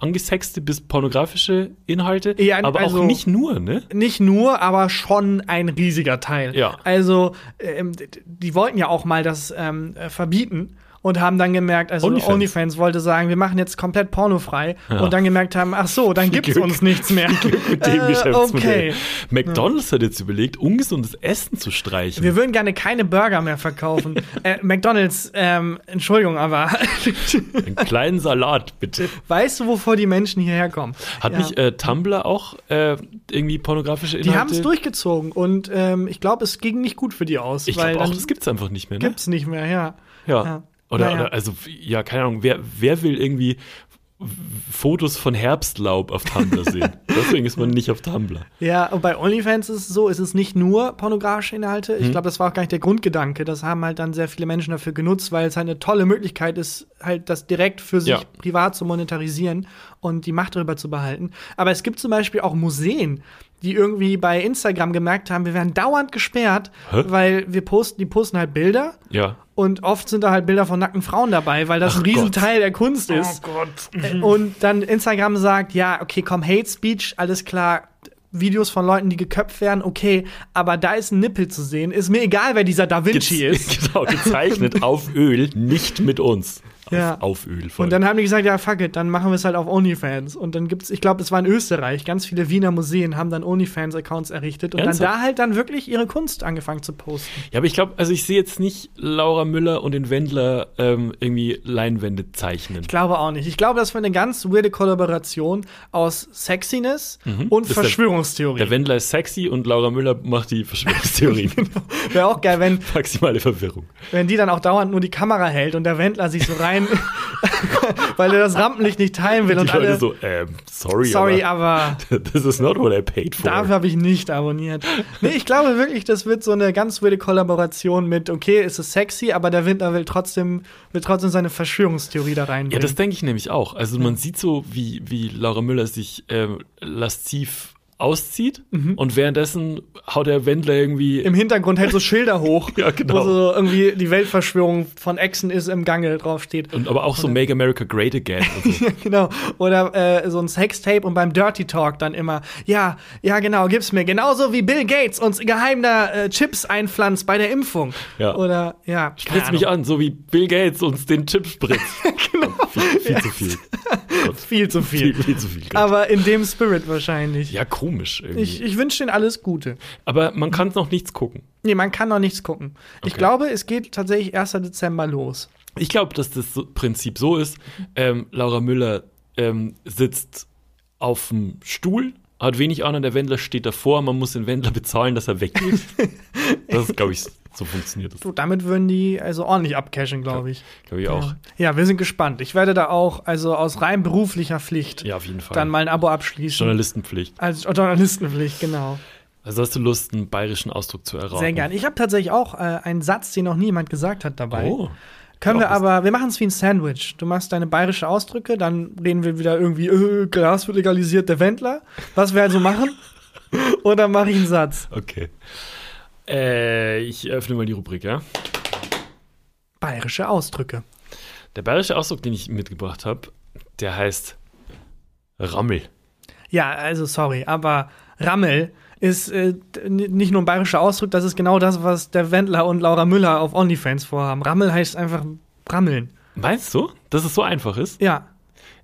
angesexte bis pornografische Inhalte, Ja, aber also- auch nicht nur, ne? nicht nur, aber schon ein riesiger Teil. Ja. Also, ähm, d- d- die wollten ja auch mal das ähm, äh, verbieten und haben dann gemerkt, also OnlyFans, OnlyFans. wollte sagen, wir machen jetzt komplett pornofrei Ja. und dann gemerkt haben, ach so, dann gibt's Glück. uns nichts mehr. Mit dem Äh, Geschäftsmodell. okay. McDonalds hat jetzt überlegt, ungesundes Essen zu streichen. Wir würden gerne keine Burger mehr verkaufen. äh, McDonalds, ähm, Entschuldigung, aber Einen kleinen Salat, bitte. weißt du, wovor die Menschen hierher kommen? Hat Ja. mich äh, Tumblr auch äh, irgendwie pornografische Die Inhalte? haben es durchgezogen und ähm, ich glaube, es ging nicht gut für die aus, Ich weil glaube auch, dann das gibt's einfach nicht mehr, ne? gibt's nicht mehr, ja. Ja. Ja. Oder, Naja. oder, also, ja, keine Ahnung, wer, wer will irgendwie Fotos von Herbstlaub auf Tumblr sehen? Deswegen ist man nicht auf Tumblr. Ja, und bei OnlyFans ist es so, es ist nicht nur pornografische Inhalte. Mhm. Ich glaube, das war auch gar nicht der Grundgedanke. Das haben halt dann sehr viele Menschen dafür genutzt, weil es halt eine tolle Möglichkeit ist, halt das direkt für sich Ja. privat zu monetarisieren und die Macht darüber zu behalten. Aber es gibt zum Beispiel auch Museen, die irgendwie bei Instagram gemerkt haben, wir werden dauernd gesperrt, Hä? weil wir posten, die posten halt Bilder. Ja. Und oft sind da halt Bilder von nackten Frauen dabei, weil das Ach ein Riesenteil Gott. der Kunst ist. Gott. Äh, Und dann Instagram sagt, ja, okay, komm, Hate Speech, alles klar. Videos von Leuten, die geköpft werden, okay, aber da ist ein Nippel zu sehen. Ist mir egal, wer dieser Da Vinci ist. Genau, gezeichnet auf Öl, nicht mit uns. Auf, Ja. auf Öl. voll. Und dann haben die gesagt, ja, fuck it, dann machen wir es halt auf OnlyFans. Und dann gibt's, ich glaube, es war in Österreich, ganz viele Wiener Museen haben dann OnlyFans-Accounts errichtet und dann Ernsthaft? da halt dann wirklich ihre Kunst angefangen zu posten. ja, aber ich glaube, also ich sehe jetzt nicht Laura Müller und den Wendler ähm, irgendwie Leinwände zeichnen. Ich glaube auch nicht. Ich glaube, das war eine ganz weirde Kollaboration aus Sexiness und Mhm. Ist der- Verschwörungstheorie. Der Wendler ist sexy und Laura Müller macht die Verschwörungstheorien. Genau. Wäre auch geil, wenn, Maximale Verwirrung. wenn die dann auch dauernd nur die Kamera hält und der Wendler sich so rein, weil er das Rampenlicht nicht teilen will Die und Leute alle, so, ähm, sorry, sorry, aber aber this is not what I paid for. dafür habe ich nicht abonniert. Nee, ich glaube wirklich, das wird so eine ganz wilde Kollaboration mit, okay, es ist sexy, aber der Wendler will trotzdem, will trotzdem seine Verschwörungstheorie da Ja, reinbringen. das denke ich nämlich auch. Also man sieht so, wie, wie Laura Müller sich ähm, lasziv auszieht und währenddessen haut der Wendler irgendwie Mhm. im Hintergrund hält so Schilder hoch, Ja, genau. wo so irgendwie die Weltverschwörung von Echsen ist im Gange draufsteht. und aber auch so Make America Great Again. Und so. Genau. Oder äh, so ein Sextape und beim Dirty Talk dann immer, ja, ja, genau, gib's mir. Genauso wie Bill Gates uns geheim da äh, Chips einpflanzt bei der Impfung. Ja. Oder, ja. keine Spritz mich Ahnung. an, so wie Bill Gates uns den Chip spritzt. genau. Viel, viel zu viel. Gott. Viel zu viel. Viel, viel zu viel Geld. Aber in dem Spirit wahrscheinlich. ja, komisch irgendwie. Ich, ich wünsche denen alles Gute. Aber man kann noch nichts gucken. Nee, man kann noch nichts gucken. Ich Okay. glaube, es geht tatsächlich 1. Dezember los. Ich glaube, dass das so- Prinzip so ist. Ähm, Laura Müller ähm, sitzt auf dem Stuhl, hat wenig Ahnung, der Wendler steht davor, man muss den Wendler bezahlen, dass er weggeht. das ist, glaube ich, so funktioniert das. So, damit würden die also ordentlich abcashen, glaube ich. Glaube ich auch. Ja. ja, wir sind gespannt. Ich werde da auch, also aus rein beruflicher Pflicht, Ja, auf jeden Fall. dann mal ein Abo abschließen. Journalistenpflicht. Als Journalistenpflicht, genau. Also hast du Lust, einen bayerischen Ausdruck zu erraten? Sehr gern. Ich habe tatsächlich auch äh, einen Satz, den noch niemand gesagt hat dabei. Oh. Können wir Doch, ist- aber, wir machen es wie ein Sandwich. Du machst deine bayerische Ausdrücke, dann reden wir wieder irgendwie, äh, Gras wird legalisiert, der Wendler. Was wir also machen. Und dann mache ich einen Satz. Okay. Äh, ich öffne mal die Rubrik, ja? Bayerische Ausdrücke. Der bayerische Ausdruck, den ich mitgebracht habe, der heißt Rammel. Ja, also sorry, aber Rammel ist äh, d- n- nicht nur ein bayerischer Ausdruck, das ist genau das, was der Wendler und Laura Müller auf OnlyFans vorhaben. Rammel heißt einfach Rammeln. Meinst du, dass es so einfach ist? Ja,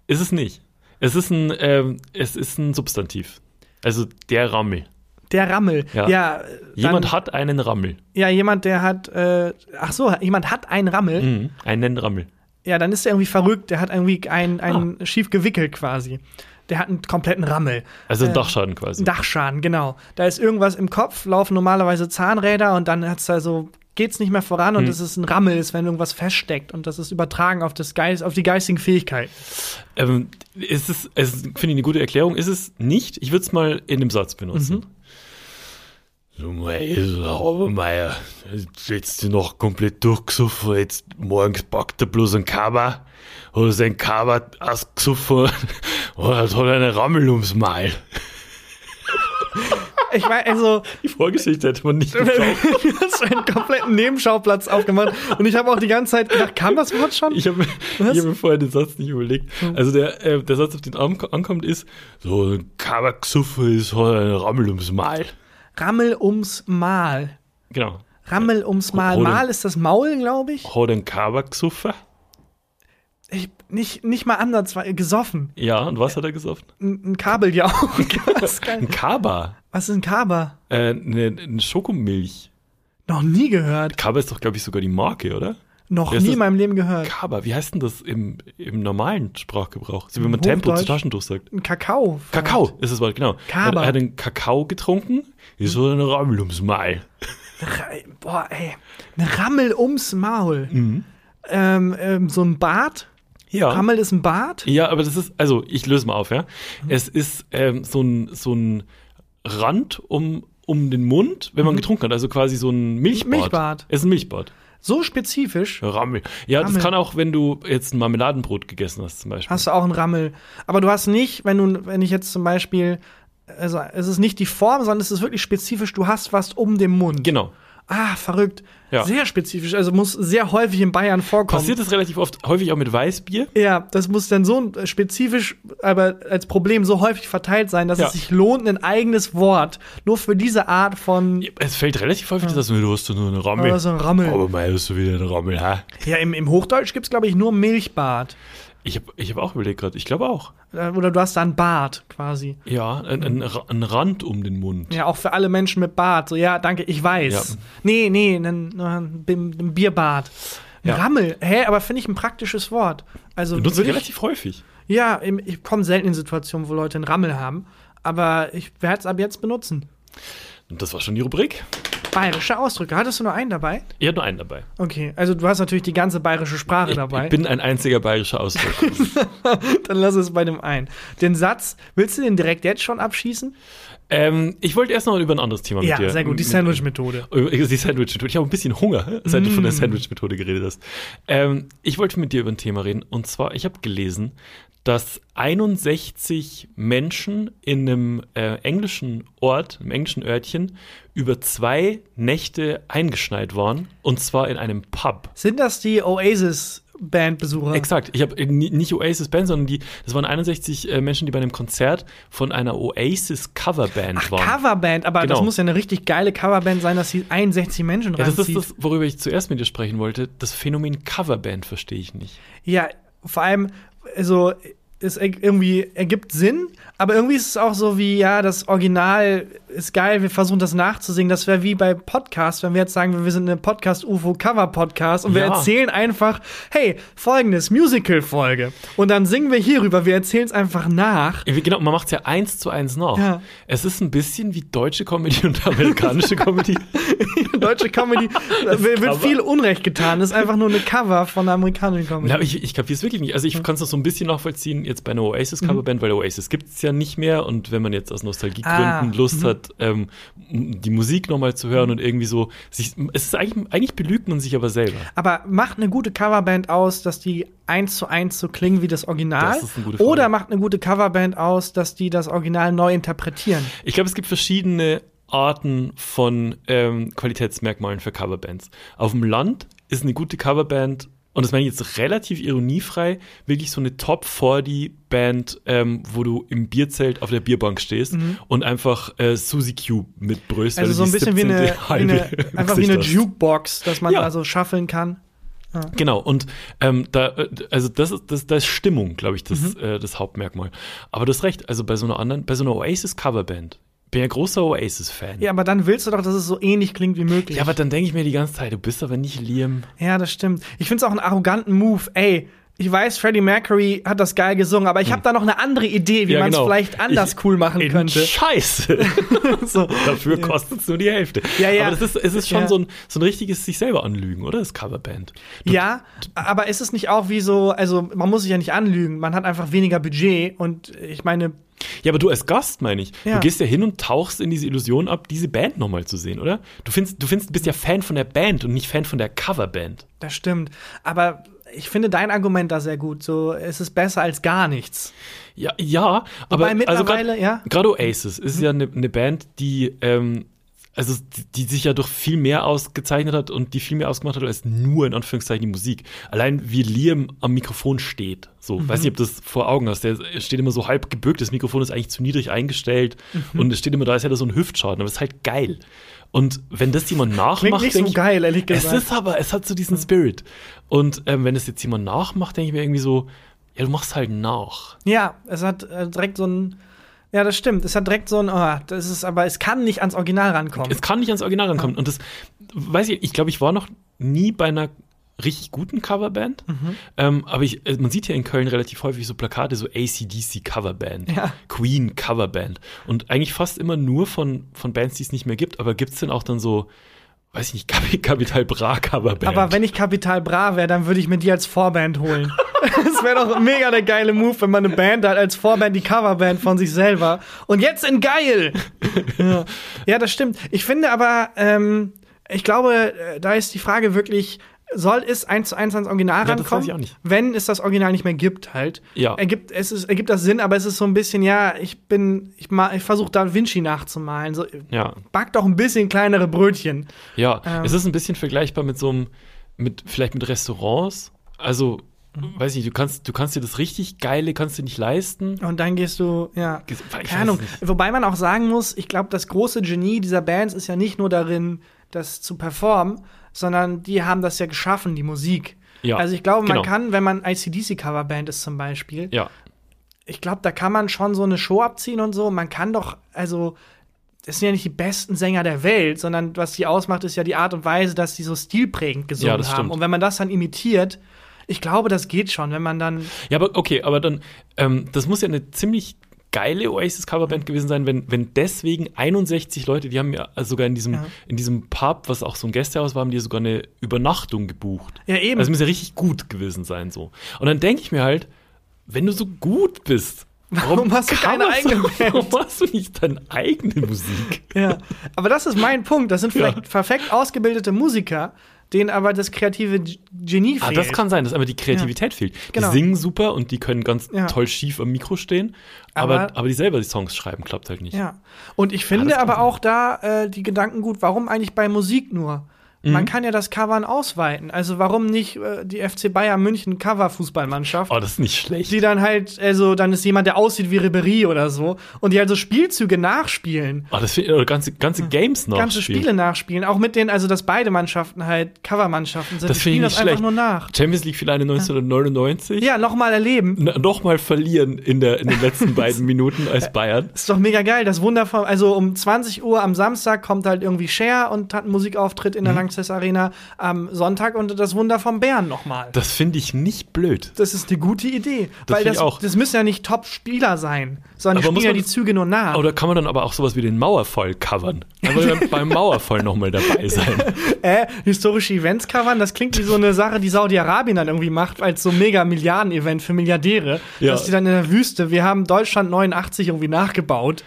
Ist es nicht. Es ist ein, ähm, es ist ein Substantiv. Also der Rammel. der Rammel. Ja. ja äh, dann- Jemand hat einen Rammel. Ja, jemand, der hat, äh, ach so, jemand hat einen Rammel. Mhm. Einen Rammel. Ja, dann ist er irgendwie verrückt. Der hat irgendwie einen, Ah. einen schief gewickelt quasi. Der hat einen kompletten Rammel. Also ein Dachschaden quasi. Einen Dachschaden, genau. Da ist irgendwas im Kopf, laufen normalerweise Zahnräder und dann hat's da so, geht's nicht mehr voran Mhm. und es ist ein Rammel, ist, wenn irgendwas feststeckt und das ist übertragen auf, das Geist, auf die geistigen Fähigkeiten. ähm, ist es, es finde ich eine gute Erklärung. Ist es nicht? Ich würde es mal in einem Satz benutzen. Du Meier, jetzt die noch komplett durchgesoffen, jetzt morgens packt er bloß ein Cover oder sein Cover ausgesoffen und hat halt einen Rammel ums Mal. Ich meine, also, Die Vorgeschichte hätte man nicht gebraucht. du hast einen kompletten Nebenschauplatz aufgemacht und ich habe auch die ganze Zeit gedacht, kam das Wort schon? Ich habe hab mir vorher den Satz nicht überlegt. Hm. Also der, äh, der Satz, auf den an, ankommt, ist so ein Kabaksuppe ist halt ein Rammel ums Mal. Rammel ums Mal. Genau. Rammel ums Mal. Hol den- Mal ist das Maul, glaube ich. Hat ein Kabaksuppe. ich. Nicht, nicht mal anders, gesoffen. Ja, und was hat er gesoffen? Ein, ein Kabel ja auch. Was ist geil. Ein Kaba. Was ist ein Kaba? Äh, eine, eine Schokomilch. Noch nie gehört. Kaba ist doch, glaube ich, sogar die Marke, oder? Noch Das nie in ist- meinem Leben gehört. Kaba, wie heißt denn das im, im normalen Sprachgebrauch? So wie man Tempo Hochdeutsch. zu Taschentuch sagt. Ein Kakao. Kakao ist das Wort, genau. Kaba. Er hat einen Kakao getrunken, ist so ein Rammel ums Mal. Ra- Boah, ey. Eine Rammel ums Maul. Ähm, ähm, so ein Bart. Mhm. Ja. Rammel ist ein Bart. Ja, aber das ist, also ich löse mal auf, ja. Mhm. Es ist ähm, so, ein, so ein Rand um, um den Mund, wenn man getrunken hat. Also quasi so ein Milchbad. Mhm. Milchbad. Es ist ein Milchbad. So spezifisch. Rammel. Ja, Rammel. das kann auch, wenn du jetzt ein Marmeladenbrot gegessen hast, zum Beispiel. Hast du auch einen Rammel. Aber du hast nicht, wenn du, wenn ich jetzt zum Beispiel, also es ist nicht die Form, sondern es ist wirklich spezifisch, du hast was um den Mund. genau. Ah, verrückt. Ja. Sehr spezifisch. Also muss sehr häufig in Bayern vorkommen. Passiert das relativ oft, häufig auch mit Weißbier. Ja, das muss dann so ein- spezifisch, aber als Problem so häufig verteilt sein, dass Ja. es sich lohnt, ein eigenes Wort nur für diese Art von. Es fällt relativ häufig, dass du, du hast doch nur eine Rammel. Aber so ein Rammel. Aber mei, hast du wieder eine Rammel, ha? Ja, im, im Hochdeutsch gibt's glaub glaube ich, nur Milchbad. Ich habe ich hab auch überlegt gerade, ich glaube auch. Äh, Oder du hast da einen Bart quasi. Ja, ein, ein, Ra- ein Rand um den Mund. Ja, auch für alle Menschen mit Bart. So, ja, danke, ich weiß. Ja. Nee, nee, einen, äh, einen Bim- einen Bierbart. Ein Ja. Rammel. Hä, aber finde ich ein praktisches Wort. Also, Benutzt würd ich, relativ häufig. ja, im- ich komme selten in Situationen, wo Leute einen Rammel haben. Aber ich werde es ab jetzt benutzen. Und das war schon die Rubrik. Bayerische Ausdrücke. Hattest du nur einen dabei? Ich hatte nur einen dabei. Okay, also du hast natürlich die ganze bayerische Sprache Ich, dabei. ich bin ein einziger bayerischer Ausdruck. Dann lass es bei dem ein. Den Satz, willst du den direkt jetzt schon abschießen? ähm, ich wollte erst noch über ein anderes Thema Ja, mit dir. sehr gut. Die mit, Sandwich-Methode. über die Sandwich-Methode. Ich habe ein bisschen Hunger, seit du Mm. von der Sandwich-Methode geredet hast. Ähm, ich wollte mit dir über ein Thema reden. Und zwar, ich habe gelesen, dass 61 Menschen in einem äh, englischen Ort, einem englischen Örtchen, über zwei Nächte eingeschneit waren. Und zwar in einem Pub. Sind das die Oasis-Band-Besucher? Exakt. Ich habe äh, ni- nicht Oasis Band, sondern die, das waren 61 äh, Menschen, die bei einem Konzert von einer Oasis Coverband Ach, waren. Coverband, aber das Genau. muss ja eine richtig geile Coverband sein, dass sie 61 Menschen ja, das ist ranzieht. das, worüber ich zuerst mit dir sprechen wollte. Das Phänomen Coverband verstehe ich nicht. ja, vor allem, also ist irgendwie ergibt Sinn, aber irgendwie ist es auch so wie ja, das Original ist geil, wir versuchen das nachzusingen. Das wäre wie bei Podcasts, wenn wir jetzt sagen, wir sind eine Podcast UFO Cover Podcast und wir Ja. erzählen einfach, hey, folgendes Musical Folge und dann singen wir hierüber, wir erzählen es einfach nach. Genau, man macht es ja eins zu eins nach. Ja. Es ist ein bisschen wie deutsche Comedy und amerikanische Comedy. Deutsche Comedy äh, wird Cover. viel Unrecht getan, das ist einfach nur eine Cover von einer amerikanischen Comedy. Na, aber ich ich kapiere es wirklich nicht. Also ich kann es noch so ein bisschen nachvollziehen, jetzt bei einer Oasis-Coverband, weil Oasis gibt es ja nicht mehr. Und wenn man jetzt aus Nostalgiegründen Ah, Lust hat, ähm, m- die Musik nochmal zu hören und irgendwie so, sich, es ist eigentlich, eigentlich belügt man sich aber selber. Aber macht eine gute Coverband aus, dass die eins zu eins so klingen wie das Original? Das ist eine gute Frage. Oder macht eine gute Coverband aus, dass die das Original neu interpretieren? Ich glaube, es gibt verschiedene Arten von ähm, Qualitätsmerkmalen für Coverbands. Auf dem Land ist eine gute Coverband, und das meine ich jetzt relativ ironiefrei, wirklich so eine Top 40 Band, ähm, wo du im Bierzelt auf der Bierbank stehst und einfach äh, Susie Q mitbrüllst. weil Mhm. Also du so ein die bisschen wie 17. eine, wie eine halbe im einfach wie eine Gesicht hast. Jukebox, dass man Ja. da so schaffeln kann. Genau, und ähm, da, äh, also das ist, das, das ist Stimmung, glaube ich, das, Mhm. äh, das Hauptmerkmal. Aber du hast recht, also bei so einer anderen, bei so einer Oasis-Coverband, bin ja großer Oasis-Fan. Ja, aber dann willst du doch, dass es so ähnlich klingt wie möglich. Ja, aber dann denke ich mir die ganze Zeit, du bist aber nicht Liam. Ja, das stimmt. Ich find's auch einen arroganten Move. Ey, ich weiß, Freddie Mercury hat das geil gesungen, aber ich habe da noch eine andere Idee, wie Hm. Ja, man's man es genau. vielleicht anders Ich- cool machen In könnte. Scheiße. So. Dafür kostet es nur die Hälfte. Ja, ja. Aber das ist, es ist schon Ja. so, ein, so ein richtiges sich selber anlügen, oder? Das Coverband. Du- Ja, aber ist es nicht auch wie so, also man muss sich ja nicht anlügen, man hat einfach weniger Budget und ich meine, Ja, aber du als Gast, meine ich. Ja. Du gehst ja hin und tauchst in diese Illusion ab, diese Band nochmal zu sehen, oder? Du findest, du findest, bist ja Fan von der Band und nicht Fan von der Coverband. das stimmt. Aber ich finde dein Argument da sehr gut. So, es ist besser als gar nichts. Ja, ja, aber Wobei mittlerweile, also grad- ja. Mhm. Gerade Oasis ist ja eine ne Band, die ähm, also die, die sich ja durch viel mehr ausgezeichnet hat und die viel mehr ausgemacht hat als nur in Anführungszeichen die Musik. Allein wie Liam am Mikrofon steht, so Mhm. weiß nicht, ob du das vor Augen hast. Der steht immer so halb gebückt, das Mikrofon ist eigentlich zu niedrig eingestellt Mhm. und es steht immer da, als hätte er so einen Hüftschaden, aber es ist halt geil. Und wenn das jemand nachmacht, Klingt nicht denk so ich, geil, ehrlich gesagt. es ist aber, es hat so diesen Spirit. Und ähm, wenn es jetzt jemand nachmacht, denke ich mir irgendwie so, ja, du machst halt nach. Ja, es hat äh, direkt so ein, ja, das stimmt, es hat direkt so ein, oh, das ist, aber es kann nicht ans Original rankommen. Es kann nicht ans Original rankommen. Und das, weiß ich, ich glaube, ich war noch nie bei einer richtig guten Coverband. Mhm. Ähm, aber ich, äh, man sieht hier in Köln relativ häufig so Plakate, so ACDC Coverband, Ja. Queen Coverband. Und eigentlich fast immer nur von, von Bands, die es nicht mehr gibt. Aber gibt es denn auch dann so, weiß ich nicht, Kap- Capital Bra Coverband? aber wenn ich Kapital Bra wäre, dann würde ich mir die als Vorband holen. Das wäre doch mega der geile Move, wenn man eine Band hat als Vorband, die Coverband von sich selber. Und jetzt in geil! Ja, ja das stimmt. Ich finde aber, ähm, ich glaube, äh, da ist die Frage wirklich, soll es eins zu eins ans Original Ja, das rankommen? weiß ich auch nicht. Wenn es das Original nicht mehr gibt, halt. Ja. Ergibt, es ist, ergibt das Sinn, aber es ist so ein bisschen, ja, ich bin, ich, ma- ich versuche Da Vinci nachzumalen. So, ja. back doch ein bisschen kleinere Brötchen. Ja, Ähm. es ist ein bisschen vergleichbar mit so einem, mit, vielleicht mit Restaurants. Also, Mhm. weiß ich, du kannst, du kannst dir das richtig geile, kannst du nicht leisten. Und dann gehst du, ja. Ich weiß Keine Ahnung. nicht. Wobei man auch sagen muss, ich glaube, das große Genie dieser Bands ist ja nicht nur darin, das zu performen, sondern die haben das ja geschaffen, die Musik. Ja, also ich glaube, man genau. kann, wenn man ICDC-Coverband ist zum Beispiel, Ja. ich glaube, da kann man schon so eine Show abziehen und so. Man kann doch, also, das sind ja nicht die besten Sänger der Welt, sondern was die ausmacht, ist ja die Art und Weise, dass die so stilprägend gesungen Ja, das haben. stimmt. Und wenn man das dann imitiert, ich glaube, das geht schon, wenn man dann Ja, aber okay, aber dann, ähm, das muss ja eine ziemlich geile Mhm. Oasis-Coverband gewesen sein, wenn, wenn deswegen 61 Leute, die haben ja also sogar in diesem, in diesem Pub, was auch so ein Gästehaus war, haben die ja sogar eine Übernachtung gebucht. Ja, eben. Also es muss ja richtig gut gewesen sein, so. Und dann denke ich mir halt, wenn du so gut bist, warum, hast du kann keine man so- eigene Band? Warum machst du nicht deine eigene Musik? Ja, aber das ist mein Punkt. Das sind vielleicht Ja. perfekt ausgebildete Musiker, denen aber das kreative G- Genie Ah, fehlt. das kann sein, dass einfach die Kreativität fehlt. Die Genau. singen super und die können ganz Ja. toll schief am Mikro stehen, aber, Aber- aber, die selber die Songs schreiben, klappt halt nicht. Ja. Und ich finde das kann aber sein. auch da äh, die Gedanken gut, warum eigentlich bei Musik nur? Mhm. Man kann ja das Covern ausweiten. Also warum nicht äh, die FC Bayern München Cover-Fußballmannschaft? Oh, das ist nicht schlecht. Die dann halt, also dann ist jemand, der aussieht wie Ribery oder so. Und die halt so Spielzüge nachspielen. Oh, das oder ganze, ganze Games noch. Hm. ganze spielen. Spiele nachspielen. Auch mit denen, also dass beide Mannschaften halt Covermannschaften sind. Das die finde ich spielen nicht das einfach schlecht. nur nach. Champions League Finale 1999. Ja, nochmal erleben. N- Nochmal verlieren in, der, in den letzten beiden Minuten Äh. als Bayern. Ist doch mega geil. Das Wunder von, also um 20 Uhr am Samstag kommt halt irgendwie Cher und hat einen Musikauftritt Mhm. in der Lanxess Arena am Sonntag und das Wunder vom Bären nochmal. Das finde ich nicht blöd. Das ist eine gute Idee. Das weil finde das, ich auch. das müssen ja nicht Top-Spieler sein, sondern die Aber muss spielen ja man- die Züge nur nach. Aber da kann man dann aber auch sowas wie den Mauerfall covern. Einfach beim- beim Mauerfall nochmal dabei sein. Äh, historische Events covern, das klingt wie so eine Sache, die Saudi-Arabien dann irgendwie macht, als so mega Milliarden-Event für Milliardäre. Ja. Dass die dann in der Wüste, wir haben Deutschland 89 irgendwie nachgebaut.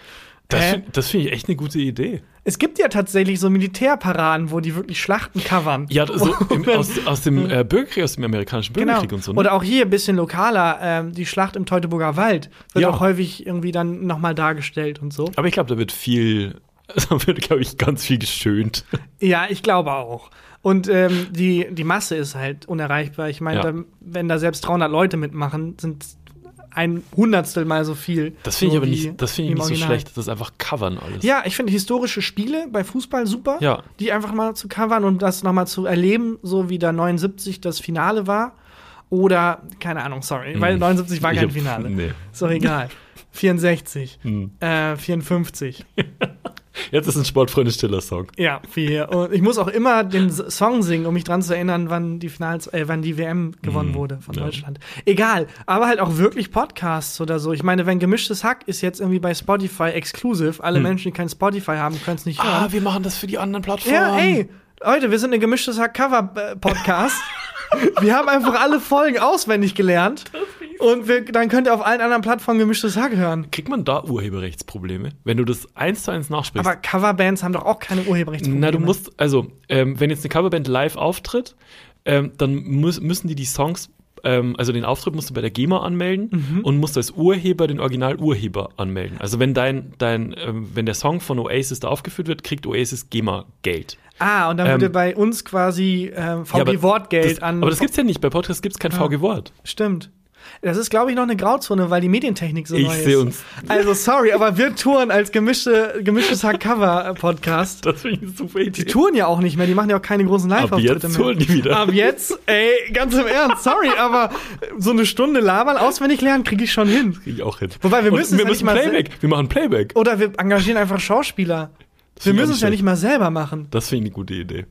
Das, Hä? find- das finde ich echt eine gute Idee. Es gibt ja tatsächlich so Militärparaden, wo die wirklich Schlachten covern. Ja, so im, aus, aus dem äh, Bürgerkrieg, aus dem amerikanischen Oh, Hm. Genau. Bürgerkrieg und so. Ne? Oder auch hier ein bisschen lokaler, ähm, die Schlacht im Teutoburger Wald wird Ja. auch häufig irgendwie dann nochmal dargestellt und so. aber ich glaube, da wird viel, da wird, glaube ich, ganz viel geschönt. Ja, ich glaube auch. Und ähm, die, die Masse ist halt unerreichbar. Ich meine, Ja. da, wenn da selbst 300 Leute mitmachen, sind ein Hundertstel mal so viel. Das finde ich so aber wie nicht, das finde ich im nicht so Original. schlecht. Das ist einfach covern alles. Ja, ich finde historische Spiele bei Fußball super, Ja. die einfach mal zu covern und das nochmal zu erleben, so wie da 79 das Finale war. Oder, keine Ahnung, sorry, weil 79 war Hm. Ich kein hab- Finale. nee. Ist doch egal. 64, äh, 54, Jetzt ist ein Sportfreunde-Stiller-Song. ja, 4. Und ich muss auch immer den S- Song singen, um mich dran zu erinnern, wann die Finals, äh, wann die WM gewonnen wurde von ja. Deutschland. Egal, aber halt auch wirklich Podcasts oder so. Ich meine, wenn gemischtes Hack ist jetzt irgendwie bei Spotify exklusiv, alle Menschen, die kein Spotify haben, können es nicht hören. Ah, wir machen das für die anderen Plattformen. Ja, ey, Leute, wir sind ein gemischtes Hack-Cover-Podcast. wir haben einfach alle Folgen auswendig gelernt. Und wir, dann könnt ihr auf allen anderen Plattformen gemischtes Hack hören. Kriegt man da Urheberrechtsprobleme, wenn du das eins zu eins nachsprichst? Aber Coverbands haben doch auch keine Urheberrechtsprobleme. Na, du musst, also, ähm, wenn jetzt eine Coverband live auftritt, ähm, dann muss, müssen die die Songs, ähm, also den Auftritt musst du bei der GEMA anmelden und musst als Urheber den Original-Urheber anmelden. Also, wenn dein, dein ähm, wenn der Song von Oasis da aufgeführt wird, kriegt Oasis GEMA Geld. Ah, und dann würde bei uns quasi ähm, VG Ähm, aber Wortgeld das, an. Aber das gibt's ja nicht. Bei Podcasts gibt's kein VG-Wort. Stimmt. Das ist, glaube ich, noch eine Grauzone, weil die Medientechnik so Ich neu ist. seh uns. Also, sorry, aber wir touren als gemischte, gemischtes Hack-Cover-Podcast. Das finde ich eine super Die Idee. touren ja auch nicht mehr, die machen ja auch keine großen Ab Live-Auftritte jetzt mehr. holen die wieder. Ab jetzt, ey, ganz im Ernst, sorry, aber so eine Stunde labern, auswendig lernen, kriege ich schon hin. Krieg ich auch hin. Wobei, wir Und müssen es wir ja nicht müssen mal se- Playback. Wir machen Playback. Oder wir engagieren einfach Schauspieler. Das Wir find ich müssen auch es ja schlecht. nicht mal selber machen. Das finde ich eine gute Idee.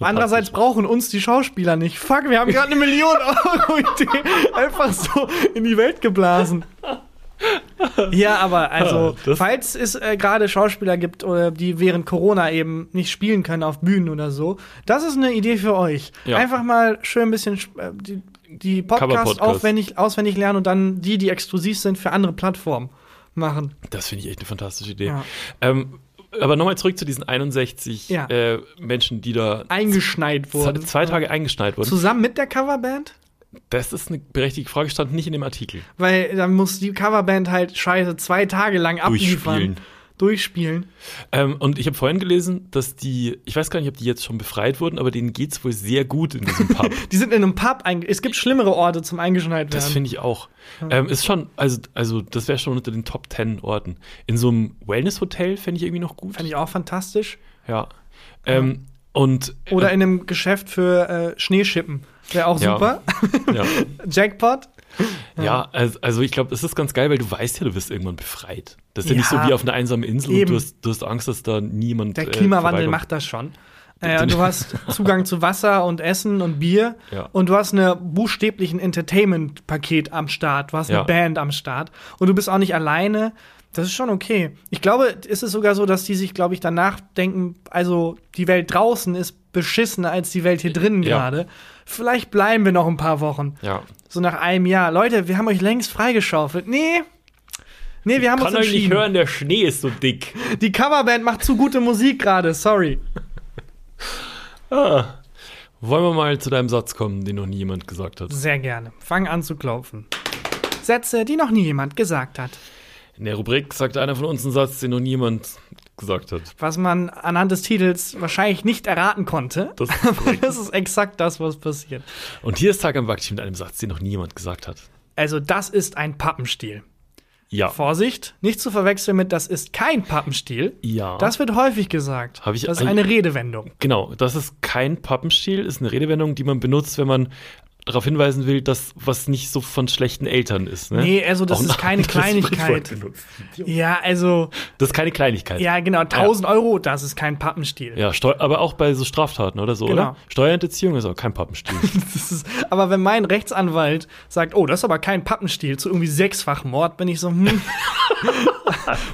Andererseits brauchen uns die Schauspieler nicht. Fuck, wir haben gerade eine Million Euro Idee einfach so in die Welt geblasen. Ja, aber also, Ah, das- falls es äh, gerade Schauspieler gibt, oder die während Corona eben nicht spielen können auf Bühnen oder so, das ist eine Idee für euch. Ja. Einfach mal schön ein bisschen sp- äh, die, die Podcasts Cover-Podcast. aufwendig, auswendig lernen und dann die, die exklusiv sind für andere Plattformen machen. Das finde ich echt eine fantastische Idee. Ja. Ähm, aber nochmal zurück zu diesen 61 Ja. äh, Menschen, die da Eingeschneit z- wurden. zwei Tage eingeschneit wurden. Zusammen mit der Coverband? Das ist eine berechtigte Frage, stand nicht in dem Artikel. Weil dann muss die Coverband halt scheiße zwei Tage lang abliefern. Durchspielen. Durchspielen. Ähm, und ich habe vorhin gelesen, dass die, ich weiß gar nicht, ob die jetzt schon befreit wurden, aber denen geht's wohl sehr gut in diesem Pub. Die sind in einem Pub einge Es gibt schlimmere Orte zum Eingeschneit Das werden. finde ich auch. Ähm, ist schon, also, also das wäre schon unter den Top 10 Orten. In so einem Wellness-Hotel fände ich irgendwie noch gut. Fand ich auch fantastisch. Ja. Ähm, und Oder äh, in einem Geschäft für äh, Schneeschippen. Wäre auch Ja. super. ja, Jackpot. ja also, also ich glaube, das ist ganz geil, weil du weißt ja, du wirst irgendwann befreit. Das ist ja, nicht so Ja. wie auf einer einsamen Insel Eben. und du hast, du hast Angst, dass da niemand. Der äh, Klimawandel vorbeikommt. macht das schon. Äh, du hast Zugang zu Wasser und Essen und Bier Ja. und du hast eine buchstäblichen Entertainment-Paket am Start. Du hast eine Ja. Band am Start und du bist auch nicht alleine. Das ist schon okay. Ich glaube, ist es sogar so, dass die sich, glaube ich, danach denken, also die Welt draußen ist beschissener als die Welt hier drinnen Ja. gerade. Vielleicht bleiben wir noch ein paar Wochen. Ja. So nach einem Jahr. Leute, wir haben euch längst freigeschaufelt. Nee. Nee, wir haben Kann uns euch nicht entschieden. hören, der Schnee ist so dick. Die Coverband macht zu gute Musik gerade. Sorry. Ah. Wollen wir mal zu deinem Satz kommen, den noch nie jemand gesagt hat. Sehr gerne. Fang an zu klopfen. Sätze, die noch nie jemand gesagt hat. In der Rubrik sagt einer von uns einen Satz, den noch niemand gesagt hat. was man anhand des Titels wahrscheinlich nicht erraten konnte. Das ist Aber korrekt. das ist exakt das, was passiert. Und hier ist Tag am Backtisch mit einem Satz, den noch nie jemand gesagt hat. Also, das ist ein Pappenstiel. Ja. Vorsicht, nicht zu verwechseln mit, das ist kein Pappenstiel. Ja. Das wird häufig gesagt. Hab ich das ist ein- eine Redewendung. Genau, das ist kein Pappenstiel, ist eine Redewendung, die man benutzt, wenn man darauf hinweisen will, dass was nicht so von schlechten Eltern ist. Ne? Nee, also das Auch ist ein keine anderes Kleinigkeit. Sprichwort. Ja, also, Das ist keine Kleinigkeit. ja, genau, 1000 Euro, das ist kein Pappenstiel. Ja, Steu aber auch bei so Straftaten oder so, Genau. oder? Steuerhinterziehung ist auch kein Pappenstiel. Das ist, aber wenn mein Rechtsanwalt sagt, oh, das ist aber kein Pappenstiel, zu irgendwie sechsfach Mord, bin ich so, hm,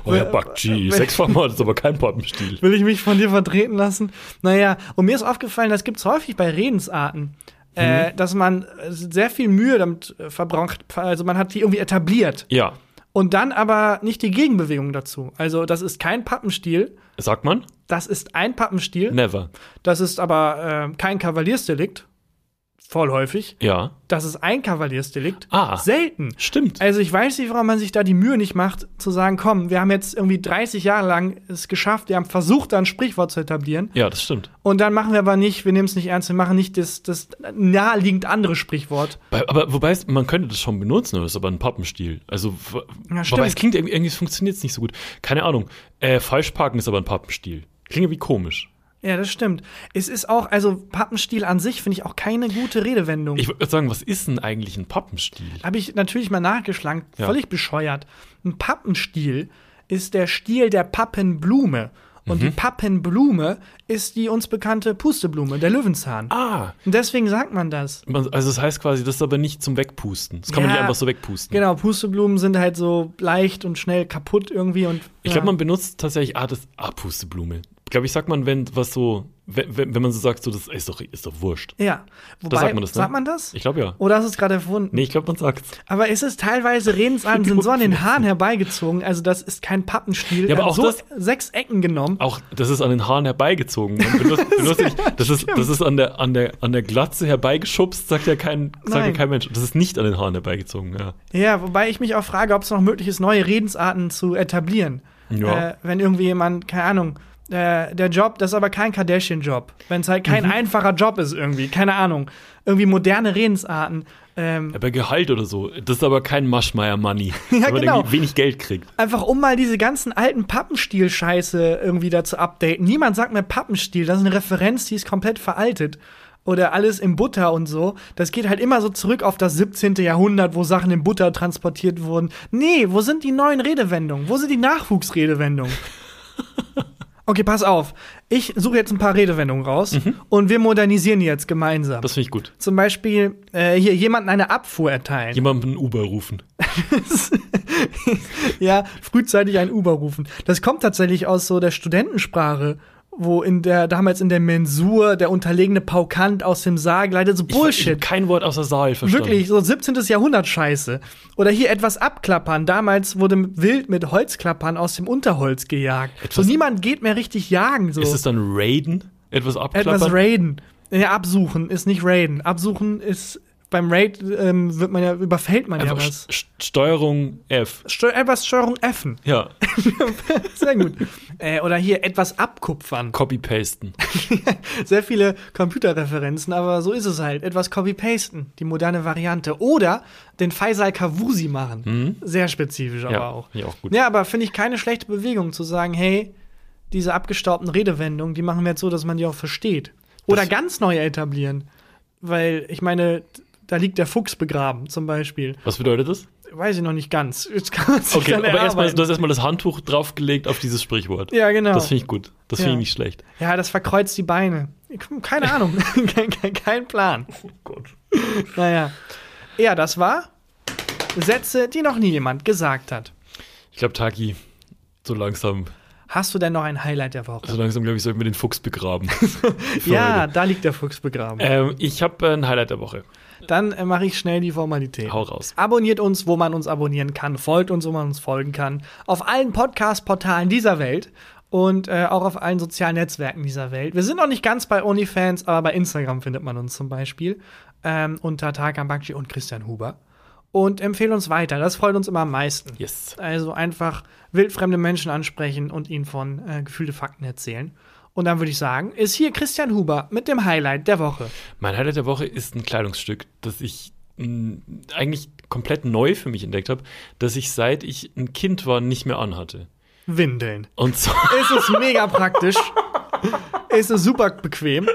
oh, Herr Bakchi, Sexvermord ist aber kein Pappenstiel. will ich mich von dir vertreten lassen? Naja, und mir ist aufgefallen, das gibt's häufig bei Redensarten, äh, dass man äh, sehr viel Mühe damit äh, verbraucht, also man hat die irgendwie etabliert Ja, und dann aber nicht die Gegenbewegung dazu. Also das ist kein Pappenstiel, sagt man? das ist ein Pappenstiel, Never. das ist aber äh, kein Kavaliersdelikt, voll häufig, Ja, das ist ein Kavaliersdelikt, Ah. selten. stimmt. Also ich weiß nicht, warum man sich da die Mühe nicht macht, zu sagen, komm, wir haben jetzt irgendwie 30 Jahre lang es geschafft, wir haben versucht, da ein Sprichwort zu etablieren. Ja, das stimmt. Und dann machen wir aber nicht, wir nehmen es nicht ernst, wir machen nicht das, das naheliegend andere Sprichwort. Bei, aber wobei, es- man könnte das schon benutzen, aber es ist aber ein Pappenstiel. Also, w- Ja, stimmt. wobei es klingt irgendwie, irgendwie funktioniert es nicht so gut. Keine Ahnung. Äh, falsch parken ist aber ein Pappenstiel. Klingt irgendwie komisch. Ja, das stimmt. Es ist auch, also Pappenstiel an sich finde ich auch keine gute Redewendung. Ich würde sagen, was ist denn eigentlich ein Pappenstiel? Habe ich natürlich mal nachgeschlagen, Ja. völlig bescheuert. Ein Pappenstiel ist der Stiel der Pappenblume. Und Mhm. die Pappenblume ist die uns bekannte Pusteblume, der Löwenzahn. Ah, Und deswegen sagt man das. man- also das heißt quasi, das ist aber nicht zum Wegpusten. Das kann man Ja. nicht einfach so wegpusten. Genau, Pusteblumen sind halt so leicht und schnell kaputt irgendwie und. Ich glaube, man benutzt tatsächlich, ah, das, ah, Pusteblume. Ich glaube, ich sag man, wenn was so, wenn, wenn wenn man so sagt, so, das ist doch, ist doch wurscht. Ja. Wobei, Da sagt man das, ne? Sagt man das? Ich glaube ja. Oder hast du es gerade erfunden? Nee, ich glaube, man sagt's. Aber ist es teilweise Redensarten sind so an den Haaren herbeigezogen, also das ist kein Pappenstiel. Ja, aber Er hat auch so das- sechs Ecken genommen. Auch, das ist an den Haaren herbeigezogen. Man benutzt, benutzt nicht, das ist, das ist an der, an der, an der Glatze herbeigeschubst, sagt ja kein, sagt ja Nein. kein Mensch. Das ist nicht an den Haaren herbeigezogen, ja. Ja, wobei ich mich auch frage, ob es noch möglich ist, neue Redensarten zu etablieren. Ja. Äh, wenn irgendwie jemand, keine Ahnung, äh, der Job, das ist aber kein Kardashian-Job. Wenn es halt Mhm. kein einfacher Job ist irgendwie, keine Ahnung. Irgendwie moderne Redensarten. Ähm, Ja, Bei Gehalt oder so. Das ist aber kein Maschmeyer-Money. wenn man genau. irgendwie wenig Geld kriegt. Einfach um mal diese ganzen alten Pappenstiel-Scheiße irgendwie dazu updaten. Niemand sagt mehr Pappenstiel, das ist eine Referenz, die ist komplett veraltet. Oder alles in Butter und so. Das geht halt immer so zurück auf das 17. Jahrhundert, wo Sachen in Butter transportiert wurden. Nee, wo sind die neuen Redewendungen? Wo sind die Nachwuchsredewendungen? Okay, pass auf. Ich suche jetzt ein paar Redewendungen raus und wir modernisieren die jetzt gemeinsam. Das finde ich gut. Zum Beispiel äh, hier jemanden eine Abfuhr erteilen. Jemanden einen Uber rufen. ja, frühzeitig ein Uber rufen. Das kommt tatsächlich aus so der Studentensprache, wo in der damals in der Mensur der unterlegene Paukant aus dem Saal gleitet, so Ich- Ich, hab Bullshit. kein Wort außer Saal verstanden. Wirklich, so 17. Jahrhundert Scheiße. Oder hier etwas abklappern. Damals wurde mit- wild mit Holzklappern aus dem Unterholz gejagt. so niemand geht mehr richtig jagen. So. Ist es dann Raiden? Etwas abklappern? etwas raiden. Ja, absuchen ist nicht raiden. Absuchen ist beim Raid ähm, wird man ja überfällt man Einfach ja was. Sch- Sch- Steuerung F. Steu etwas Steuerung F. Ja, Sehr gut. äh, oder hier etwas abkupfern. Copy-Pasten. Sehr viele Computerreferenzen, aber so ist es halt. Etwas Copy-Pasten, die moderne Variante. Oder den Faisal Kavusi machen. Sehr spezifisch aber Mhm. Ja, auch. ja, auch gut. Ja, aber finde ich keine schlechte Bewegung zu sagen, hey, diese abgestaubten Redewendungen, die machen wir jetzt so, dass man die auch versteht. Oder Das- ganz neu etablieren. Weil, ich meine, da liegt der Fuchs begraben, zum Beispiel. Was bedeutet das? Weiß ich noch nicht ganz. Jetzt kann man sich Okay, dann aber erstmal, erarbeiten. du hast erstmal das Handtuch draufgelegt auf dieses Sprichwort. Ja, genau. Das finde ich gut. Das finde Ja. ich nicht schlecht. Ja, das verkreuzt die Beine. Keine Ahnung. kein, kein, kein Plan. Oh Gott. Naja. Ja, das war Sätze, die noch nie jemand gesagt hat. Ich glaube, Taki, so langsam, Hast du denn noch ein Highlight der Woche? so langsam, glaube ich, sollten wir den Fuchs begraben. Für ja, heute. da liegt der Fuchs begraben. Ähm, ich habe ein Highlight der Woche. Dann äh, mache ich schnell die Formalität. Hau raus. Abonniert uns, wo man uns abonnieren kann. Folgt uns, wo man uns folgen kann. Auf allen Podcast-Portalen dieser Welt und äh, auch auf allen sozialen Netzwerken dieser Welt. Wir sind noch nicht ganz bei OnlyFans, aber bei Instagram findet man uns zum Beispiel ähm, unter Tarkan Bakci und Christian Huber. und empfehle uns weiter. Das freut uns immer am meisten. Yes. Also einfach wildfremde Menschen ansprechen und ihnen von äh, gefühlte Fakten erzählen. Und dann würde ich sagen, ist hier Christian Huber mit dem Highlight der Woche. Mein Highlight der Woche ist ein Kleidungsstück, das ich mh, eigentlich komplett neu für mich entdeckt habe, das ich seit ich ein Kind war nicht mehr anhatte. Windeln. Und so, Es ist mega praktisch. Es ist super bequem.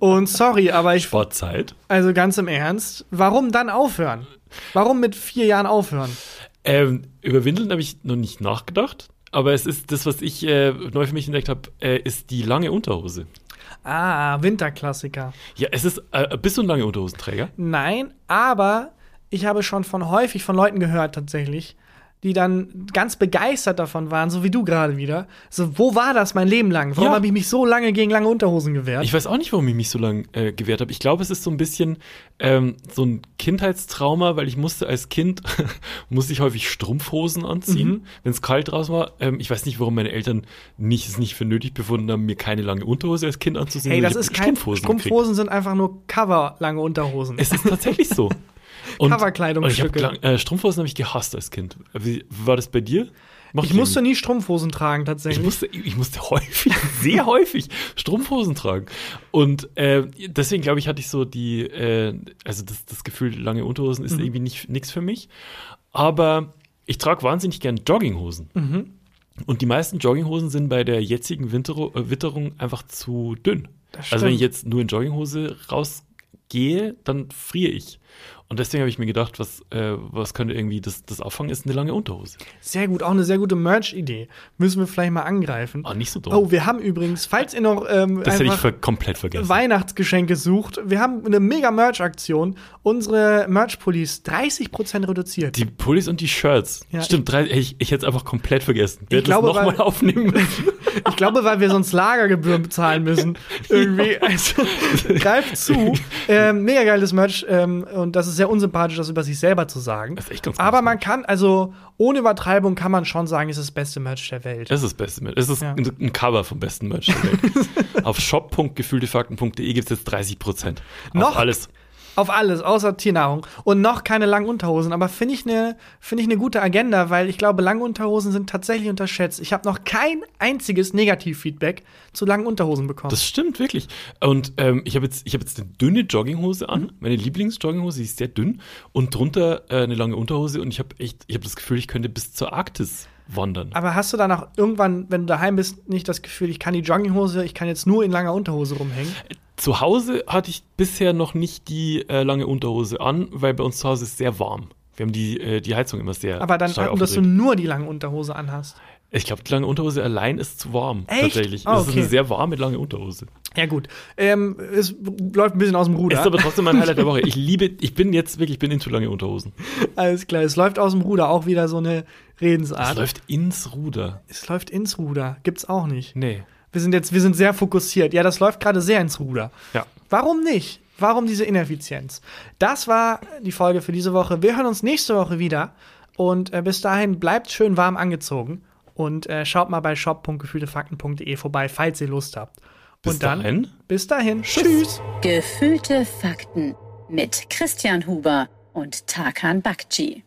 Und sorry, aber ich, Sportzeit. also ganz im Ernst, warum dann aufhören? Warum mit vier Jahren aufhören? Ähm, über Windeln habe ich noch nicht nachgedacht, aber es ist das, was ich äh, neu für mich entdeckt habe, äh, ist die lange Unterhose. Ah, Winterklassiker. Ja, es ist, äh, bist du ein lange Unterhosenträger? Nein, aber ich habe schon von häufig von Leuten gehört tatsächlich, die dann ganz begeistert davon waren, so wie du gerade wieder. So, wo war das mein Leben lang? Warum Ja. habe ich mich so lange gegen lange Unterhosen gewehrt? Ich weiß auch nicht, warum ich mich so lange äh, gewehrt habe. Ich glaube, es ist so ein bisschen ähm, so ein Kindheitstrauma, weil ich musste als Kind, musste ich häufig Strumpfhosen anziehen, Mhm. wenn es kalt draußen war. Ähm, ich weiß nicht, warum meine Eltern nicht, es nicht für nötig befunden haben, mir keine lange Unterhose als Kind anzuziehen. hey, sondern das ich ist hab kein Strumpfhosen. gekriegt. sind einfach nur Cover lange Unterhosen. Es ist tatsächlich so. Und, und ich hab, Coverkleidungsstücke. gla- äh, Strumpfhosen habe ich gehasst als Kind. Wie, war das bei dir? Mach ich musste irgendwie. nie Strumpfhosen tragen ich tatsächlich. musste, ich musste häufig, sehr häufig Strumpfhosen tragen. Und äh, deswegen glaube ich, hatte ich so die, äh, also das, das Gefühl, lange Unterhosen Mhm. ist irgendwie nicht nichts für mich. Aber ich trage wahnsinnig gern Jogginghosen. Mhm. Und die meisten Jogginghosen sind bei der jetzigen Winterro- äh, Witterung einfach zu dünn. Das Also wenn stimmt. ich jetzt nur in Jogginghose rausgehe, dann friere ich. Und deswegen habe ich mir gedacht, was, äh, was könnte irgendwie das, das Auffangen, ist eine lange Unterhose. Sehr gut, auch eine sehr gute Merch-Idee. Müssen wir vielleicht mal angreifen. Ah, nicht so dumm. Oh, wir haben übrigens, falls ihr noch ähm, das hätte ich einfach- ver komplett vergessen. Weihnachtsgeschenke sucht, wir haben eine mega Merch-Aktion. Unsere Merch-Pullis 30% reduziert. Die Pullis und die Shirts. Ja, Stimmt, drei, ich, ich hätte es einfach komplett vergessen. Wir Ich hätten es glaube, weil- nochmal aufnehmen müssen. Ich glaube, weil wir sonst Lagergebühren bezahlen müssen. Irgendwie. Also, greift zu. Ähm, mega geiles Merch. Ähm, und das ist sehr unsympathisch, das über sich selber zu sagen. Das ist echt ganz Aber ganz man kann, also ohne Übertreibung kann man schon sagen, es ist das beste Merch der Welt. Das ist das beste Merch. Es ist Ja. ein ein Cover vom besten Merch der Welt. Auf shop.gefühltefakten.de gibt es jetzt 30 Prozent. Noch? alles. Auf alles, außer Tiernahrung. Und noch keine langen Unterhosen. Aber finde ich eine finde ich eine gute Agenda, weil ich glaube, lange Unterhosen sind tatsächlich unterschätzt. Ich habe noch kein einziges Negativfeedback zu langen Unterhosen bekommen. Das stimmt wirklich. Und ähm, ich habe jetzt, ich habe jetzt eine dünne Jogginghose Mhm. an. Meine Lieblingsjogginghose, die ist sehr dünn. Und drunter äh, eine lange Unterhose. Und ich habe echt, ich habe das Gefühl, ich könnte bis zur Arktis wandern. aber hast du dann auch irgendwann, wenn du daheim bist, nicht das Gefühl, ich kann die Jogginghose, ich kann jetzt nur in langer Unterhose rumhängen? Zu Hause hatte ich bisher noch nicht die äh, lange Unterhose an, weil bei uns zu Hause ist sehr warm. Wir haben die, äh, die Heizung immer sehr Aber dann, stark dass du aufgedreht. nur die lange Unterhose anhast. Ich glaube, die lange Unterhose allein ist zu warm. Echt? Tatsächlich. Ah, Das ist okay. eine sehr warme lange Unterhose. Ja gut, ähm, es läuft ein bisschen aus dem Ruder. Ist aber trotzdem mein Highlight der Woche. Ich liebe, ich bin jetzt wirklich, ich bin into lange Unterhosen. Alles klar, es läuft aus dem Ruder, auch wieder so eine Es Redensart. läuft ins Ruder. es läuft ins Ruder, gibt's auch nicht. Nee. Wir sind jetzt, wir sind sehr fokussiert. Ja, das läuft gerade sehr ins Ruder. Ja. Warum nicht? Warum diese Ineffizienz? Das war die Folge für diese Woche. Wir hören uns nächste Woche wieder. Und äh, bis dahin bleibt schön warm angezogen und äh, schaut mal bei shop.gefühltefakten.de vorbei, falls ihr Lust habt. Bis und dann dahin. bis dahin. Tschüss. Gefühlte Fakten mit Christian Huber und Tarkan Bakci.